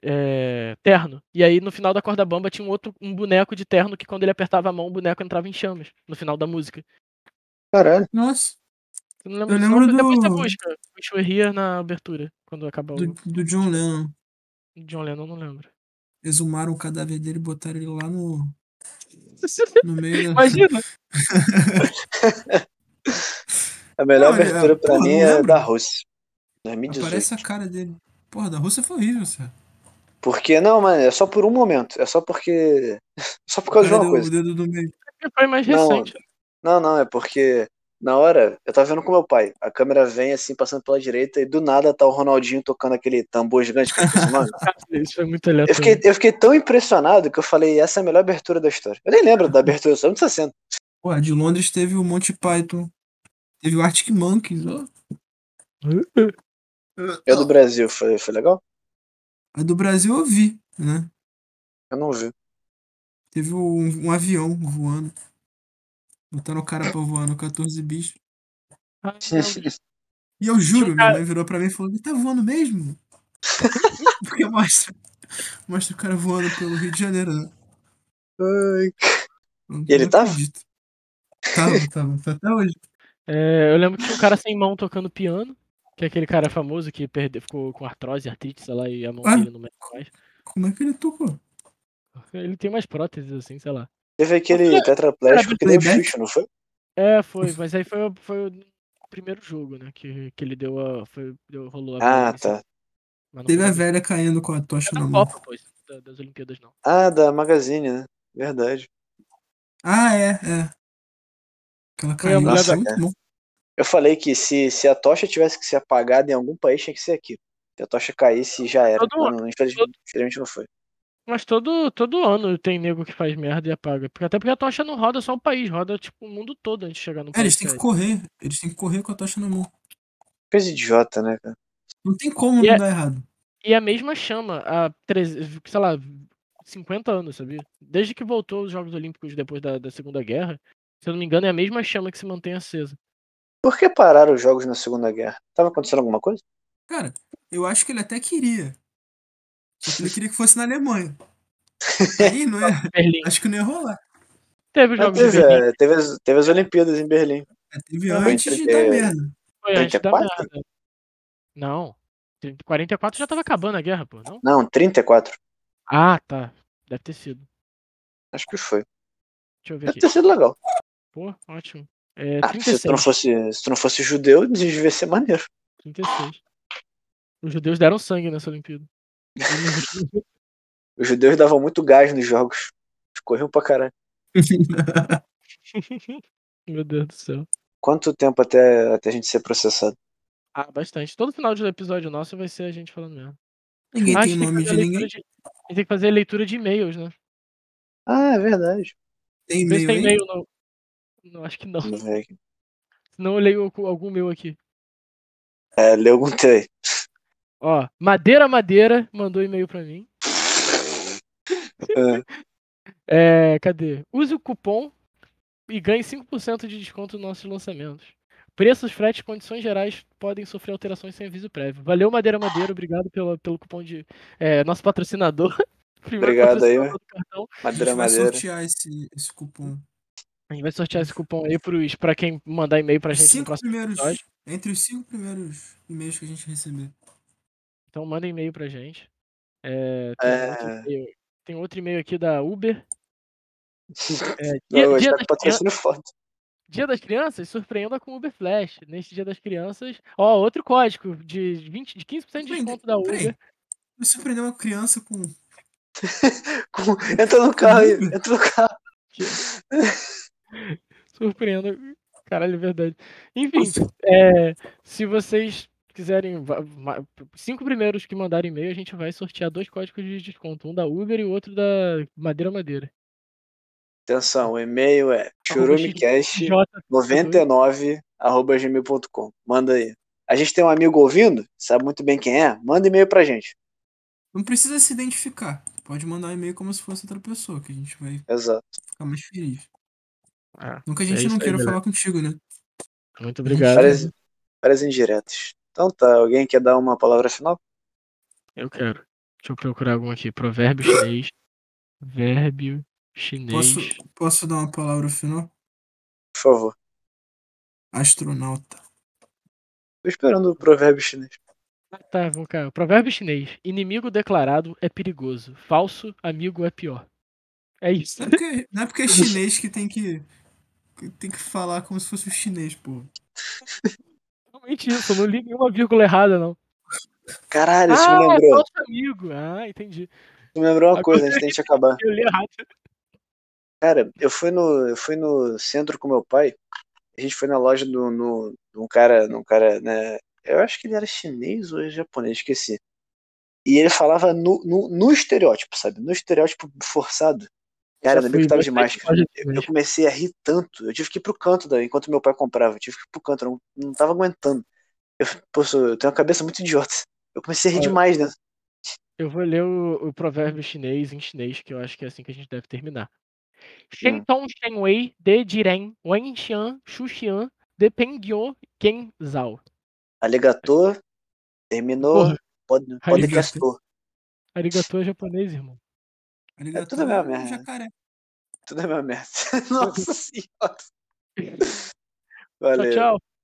Speaker 1: é, terno. E aí no final da corda bamba tinha um outro um boneco de terno que quando ele apertava a mão o boneco entrava em chamas no final da música.
Speaker 3: Caralho.
Speaker 2: Nossa.
Speaker 1: Eu não lembro,
Speaker 2: Eu
Speaker 1: disso,
Speaker 2: lembro
Speaker 1: não, depois você
Speaker 2: do-
Speaker 1: busca. Wish You Were Here na abertura, quando acabar
Speaker 2: Do, do John Lennon.
Speaker 1: o John Lennon, eu não lembro.
Speaker 2: Exumaram o cadáver dele e botaram ele lá no, no meio da.
Speaker 1: Imagina!
Speaker 3: A melhor
Speaker 2: Olha,
Speaker 3: abertura pra
Speaker 2: porra,
Speaker 3: mim
Speaker 2: não
Speaker 3: é
Speaker 2: lembro.
Speaker 3: da Rússia. 2018.
Speaker 2: Aparece a cara dele. Porra, da Rússia foi horrível, sabe?
Speaker 3: Porque, não, mano, é só por um momento. É só porque. Só por causa de
Speaker 2: Cara,
Speaker 3: uma
Speaker 2: deu
Speaker 3: coisa.
Speaker 2: o dedo no meio.
Speaker 1: Foi mais
Speaker 3: Não,
Speaker 1: recente.
Speaker 3: Não, não, é porque na hora eu tava vendo com meu pai. A câmera vem assim, passando pela direita, e do nada tá o Ronaldinho tocando aquele tambor gigante que eu esqueci o nome.
Speaker 1: Cara, Isso foi muito
Speaker 3: Eu
Speaker 1: aleatório.
Speaker 3: fiquei, eu fiquei tão impressionado que eu falei, essa é a melhor abertura da história. Eu nem lembro da abertura, só não está sendo.
Speaker 2: Porra, de Londres teve o Monty Python. Teve o Arctic Monkeys, ó.
Speaker 3: Eu É
Speaker 2: É
Speaker 3: do Brasil, foi, foi legal?
Speaker 2: A do Brasil eu vi, né?
Speaker 3: Eu não vi.
Speaker 2: Teve um, um avião voando. Botaram o cara pra voar no 14 bichos.
Speaker 1: Ah, não.
Speaker 2: E eu juro,
Speaker 1: Tinha um
Speaker 2: minha
Speaker 1: cara-
Speaker 2: mãe virou pra mim e falou, ele tá voando mesmo? Porque mostra, mostra o cara voando pelo Rio de Janeiro, né?
Speaker 3: Ai,
Speaker 2: Eu
Speaker 3: E ele
Speaker 2: não
Speaker 3: tava?
Speaker 2: acredito. Tava, tava, tá até hoje.
Speaker 1: É, eu lembro que tinha um cara sem mão tocando piano, que é aquele cara famoso que perdeu, ficou com artrose, artrite, sei lá, e a mão
Speaker 2: Ah.
Speaker 1: dele não mexe mais.
Speaker 2: Como é que ele tocou?
Speaker 1: Ele tem umas próteses, assim, sei lá.
Speaker 3: Teve aquele tetraplégico que deu chute, não foi?
Speaker 1: É, foi, mas aí foi, o- foi o primeiro jogo, né? Que, que ele deu a. Foi, deu, rolou a bola
Speaker 3: Ah,
Speaker 1: em cima,
Speaker 3: tá.
Speaker 1: mas não
Speaker 2: Teve
Speaker 1: foi
Speaker 2: a
Speaker 1: da-
Speaker 2: velha caindo com a tocha
Speaker 1: é
Speaker 2: na
Speaker 1: da
Speaker 2: mão.
Speaker 1: Copa, pô, isso da- das Olimpíadas, não.
Speaker 3: Ah, da Magazine, né? Verdade.
Speaker 2: Ah, é, é. Aquela
Speaker 1: Foi a
Speaker 2: caindo
Speaker 1: mulher da-
Speaker 2: foi muito bom.
Speaker 3: Eu falei que se, se a tocha tivesse que ser apagada em algum país, tinha que ser aqui. Se a tocha caísse, já era.
Speaker 1: Todo-
Speaker 3: Mas não, infelizmente, infelizmente não foi.
Speaker 1: Mas todo, todo ano tem nego que faz merda e apaga. Porque- Até porque a tocha não roda só o país, roda tipo o mundo todo antes de chegar no
Speaker 2: É,
Speaker 1: país.
Speaker 2: eles têm que
Speaker 1: sério.
Speaker 2: correr. Eles têm que correr com a tocha na mão.
Speaker 3: Coisa idiota, né, cara?
Speaker 2: Não tem como
Speaker 1: E é-
Speaker 2: não dar errado.
Speaker 1: E a mesma chama há, treze- sei lá, 50 anos, sabia? Desde que voltou os Jogos Olímpicos depois da, da Segunda Guerra, se eu não me engano, é a mesma chama que se mantém acesa.
Speaker 3: Por que pararam os jogos na Segunda Guerra? Tava acontecendo alguma coisa?
Speaker 2: Cara, eu acho que ele até queria. Só que ele queria que fosse na Alemanha. Aí não ia,
Speaker 1: Berlim.
Speaker 2: acho que não ia rolar.
Speaker 1: Teve os
Speaker 3: Ah,
Speaker 1: Jogos de
Speaker 3: teve,
Speaker 1: Berlim,
Speaker 3: é, teve as, teve as Olimpíadas em Berlim.
Speaker 2: É, Teve
Speaker 1: Não,
Speaker 2: antes de
Speaker 3: entre-
Speaker 2: dar
Speaker 3: é,
Speaker 2: merda.
Speaker 1: foi antes da
Speaker 3: 44?
Speaker 1: merda. Não. 44 já tava acabando a guerra, pô, não?
Speaker 3: Não, 34.
Speaker 1: Ah, tá. Deve ter sido.
Speaker 3: Acho que foi.
Speaker 1: Deixa eu ver
Speaker 3: Deve
Speaker 1: aqui.
Speaker 3: ter sido legal.
Speaker 1: Pô, ótimo. É,
Speaker 3: Ah, se tu, não
Speaker 1: 36.
Speaker 3: fosse, se tu não fosse judeu, devia ser maneiro.
Speaker 1: 36. Os judeus deram sangue nessa Olimpíada.
Speaker 3: Os judeus davam muito gás nos jogos. Eles Corriam pra caralho.
Speaker 1: Meu Deus do céu.
Speaker 3: Quanto tempo até, até a gente ser processado?
Speaker 1: Ah, bastante. Todo final de episódio nosso vai ser a gente falando merda.
Speaker 2: Ninguém
Speaker 1: Ah, a
Speaker 2: tem
Speaker 1: gente
Speaker 2: o nome
Speaker 1: que fazer
Speaker 2: de
Speaker 1: a leitura
Speaker 2: ninguém.
Speaker 1: de- a gente tem que fazer a leitura de e-mails, né?
Speaker 3: Ah, é verdade.
Speaker 2: Tem
Speaker 1: Vê se
Speaker 2: e-mail
Speaker 1: tem
Speaker 2: aí.
Speaker 1: e-mail não. Não, acho que não.
Speaker 3: Vamos ver aqui.
Speaker 1: Senão eu leio algum- algum meu aqui.
Speaker 3: É, leu algum teu aí.
Speaker 1: Ó, Madeira Madeira mandou e-mail pra mim.
Speaker 3: É.
Speaker 1: É, cadê? Use o cupom e ganhe 5% de desconto nos nossos lançamentos. Preços, frete e condições gerais podem sofrer alterações sem aviso prévio. Valeu, Madeira Madeira. Obrigado pelo, pelo cupom de. é, nosso patrocinador. Primeiro
Speaker 3: Obrigado aí, né?
Speaker 1: patrocinador do cartão.
Speaker 2: A gente
Speaker 3: Madeira,
Speaker 2: vai
Speaker 3: madeira.
Speaker 2: sortear esse, esse cupom.
Speaker 1: A gente vai sortear esse cupom aí pros, pra quem mandar e-mail pra
Speaker 2: Os
Speaker 1: gente no
Speaker 2: cinco
Speaker 1: próximo
Speaker 2: primeiros.
Speaker 1: episódio.
Speaker 2: Entre os cinco primeiros e-mails que a gente receber.
Speaker 1: Então manda e-mail pra gente. É, tem,
Speaker 3: É.
Speaker 1: Outro e-mail, tem outro e-mail aqui da Uber. É, dia,
Speaker 3: Eu
Speaker 1: dia
Speaker 3: espero
Speaker 1: das crian-
Speaker 3: tá patrocínio foda.
Speaker 1: Dia das Crianças, surpreenda com Uber Flash. Neste Dia das Crianças, ó, outro código de, 20, de 15% de
Speaker 2: Peraí,
Speaker 1: desconto da
Speaker 2: peraí.
Speaker 1: Uber.
Speaker 2: Me surpreendeu uma criança com. um.
Speaker 3: Com- Entra no carro, aí,
Speaker 1: Uhum.
Speaker 3: entra no carro.
Speaker 1: Surpreenda. Caralho, é verdade. Enfim, é, se vocês quiserem, va- ma- cinco primeiros que mandarem e-mail, a gente vai sortear dois códigos de desconto. Um da Uber e o outro da Madeira Madeira.
Speaker 3: Atenção, o e-mail é churumicast99.gmail.com. Manda aí. A gente tem um amigo ouvindo, sabe muito bem quem é? Manda e-mail pra gente.
Speaker 2: Não precisa se identificar. Pode mandar um e-mail como se fosse outra pessoa, que a gente vai
Speaker 3: Exato.
Speaker 2: ficar mais feliz.
Speaker 1: Ah,
Speaker 2: Nunca a
Speaker 1: é
Speaker 2: gente
Speaker 1: isso
Speaker 2: não
Speaker 1: aí,
Speaker 2: queira
Speaker 1: galera.
Speaker 2: falar contigo, né?
Speaker 1: Muito obrigado.
Speaker 3: Várias, várias indiretas. Então tá, alguém quer dar uma palavra final?
Speaker 1: Eu quero. Deixa eu procurar algum aqui. Provérbio chinês. Vérbio chinês.
Speaker 2: Posso, posso dar uma palavra final?
Speaker 3: Por favor.
Speaker 2: Astronauta.
Speaker 3: Tô esperando o provérbio chinês.
Speaker 1: Ah, Tá, vamos cá. Provérbio chinês. Inimigo declarado é perigoso. Falso amigo é pior. É isso.
Speaker 2: Não é porque, não é, porque é chinês que tem que. que Tem que falar como se fosse o chinês, pô.
Speaker 1: Realmente isso. Eu não li nenhuma vírgula errada, não.
Speaker 3: Caralho, isso me
Speaker 1: Ah, é
Speaker 3: lembrou.
Speaker 1: falso amigo. Ah, entendi.
Speaker 3: Isso me lembrou uma
Speaker 1: Agora-
Speaker 3: coisa, a gente tem que acabar.
Speaker 1: Eu li errado.
Speaker 3: Cara, eu fui no, eu fui no centro com meu pai. A gente foi na loja do, no, de um cara, num cara, né? Eu acho que ele era chinês ou japonês, esqueci. E ele falava no, no, no estereótipo, sabe? No estereótipo forçado. Cara,
Speaker 1: Já
Speaker 3: ainda
Speaker 1: fui
Speaker 3: bem que tava
Speaker 1: bastante né?
Speaker 3: demais, cara.
Speaker 1: loja de
Speaker 3: Eu, eu
Speaker 1: chinês.
Speaker 3: comecei a rir tanto. Eu tive que ir pro canto daí, enquanto meu pai comprava. Eu tive que ir pro canto, eu não, não tava aguentando. Eu, poxa, eu tenho uma cabeça muito idiota. Eu comecei a rir
Speaker 1: Olha.
Speaker 3: demais, né?
Speaker 1: Eu vou ler o, o provérbio chinês em chinês, que eu acho que é assim que a gente deve terminar.
Speaker 3: Hum.
Speaker 1: Shen Tong Shen Wei De Jiren Wen Xian Shu Xian De Pengyo Ken Zhao.
Speaker 3: Alegator, terminou,
Speaker 1: Porra.
Speaker 3: pod, podcast.
Speaker 1: Arigatou é japonês, irmão.
Speaker 2: Arigato
Speaker 3: É tudo a mesma
Speaker 2: um
Speaker 3: merda.
Speaker 2: jacaré.
Speaker 3: Tudo é uma merda. Nossa senhora. Valeu.
Speaker 1: Tchau, tchau.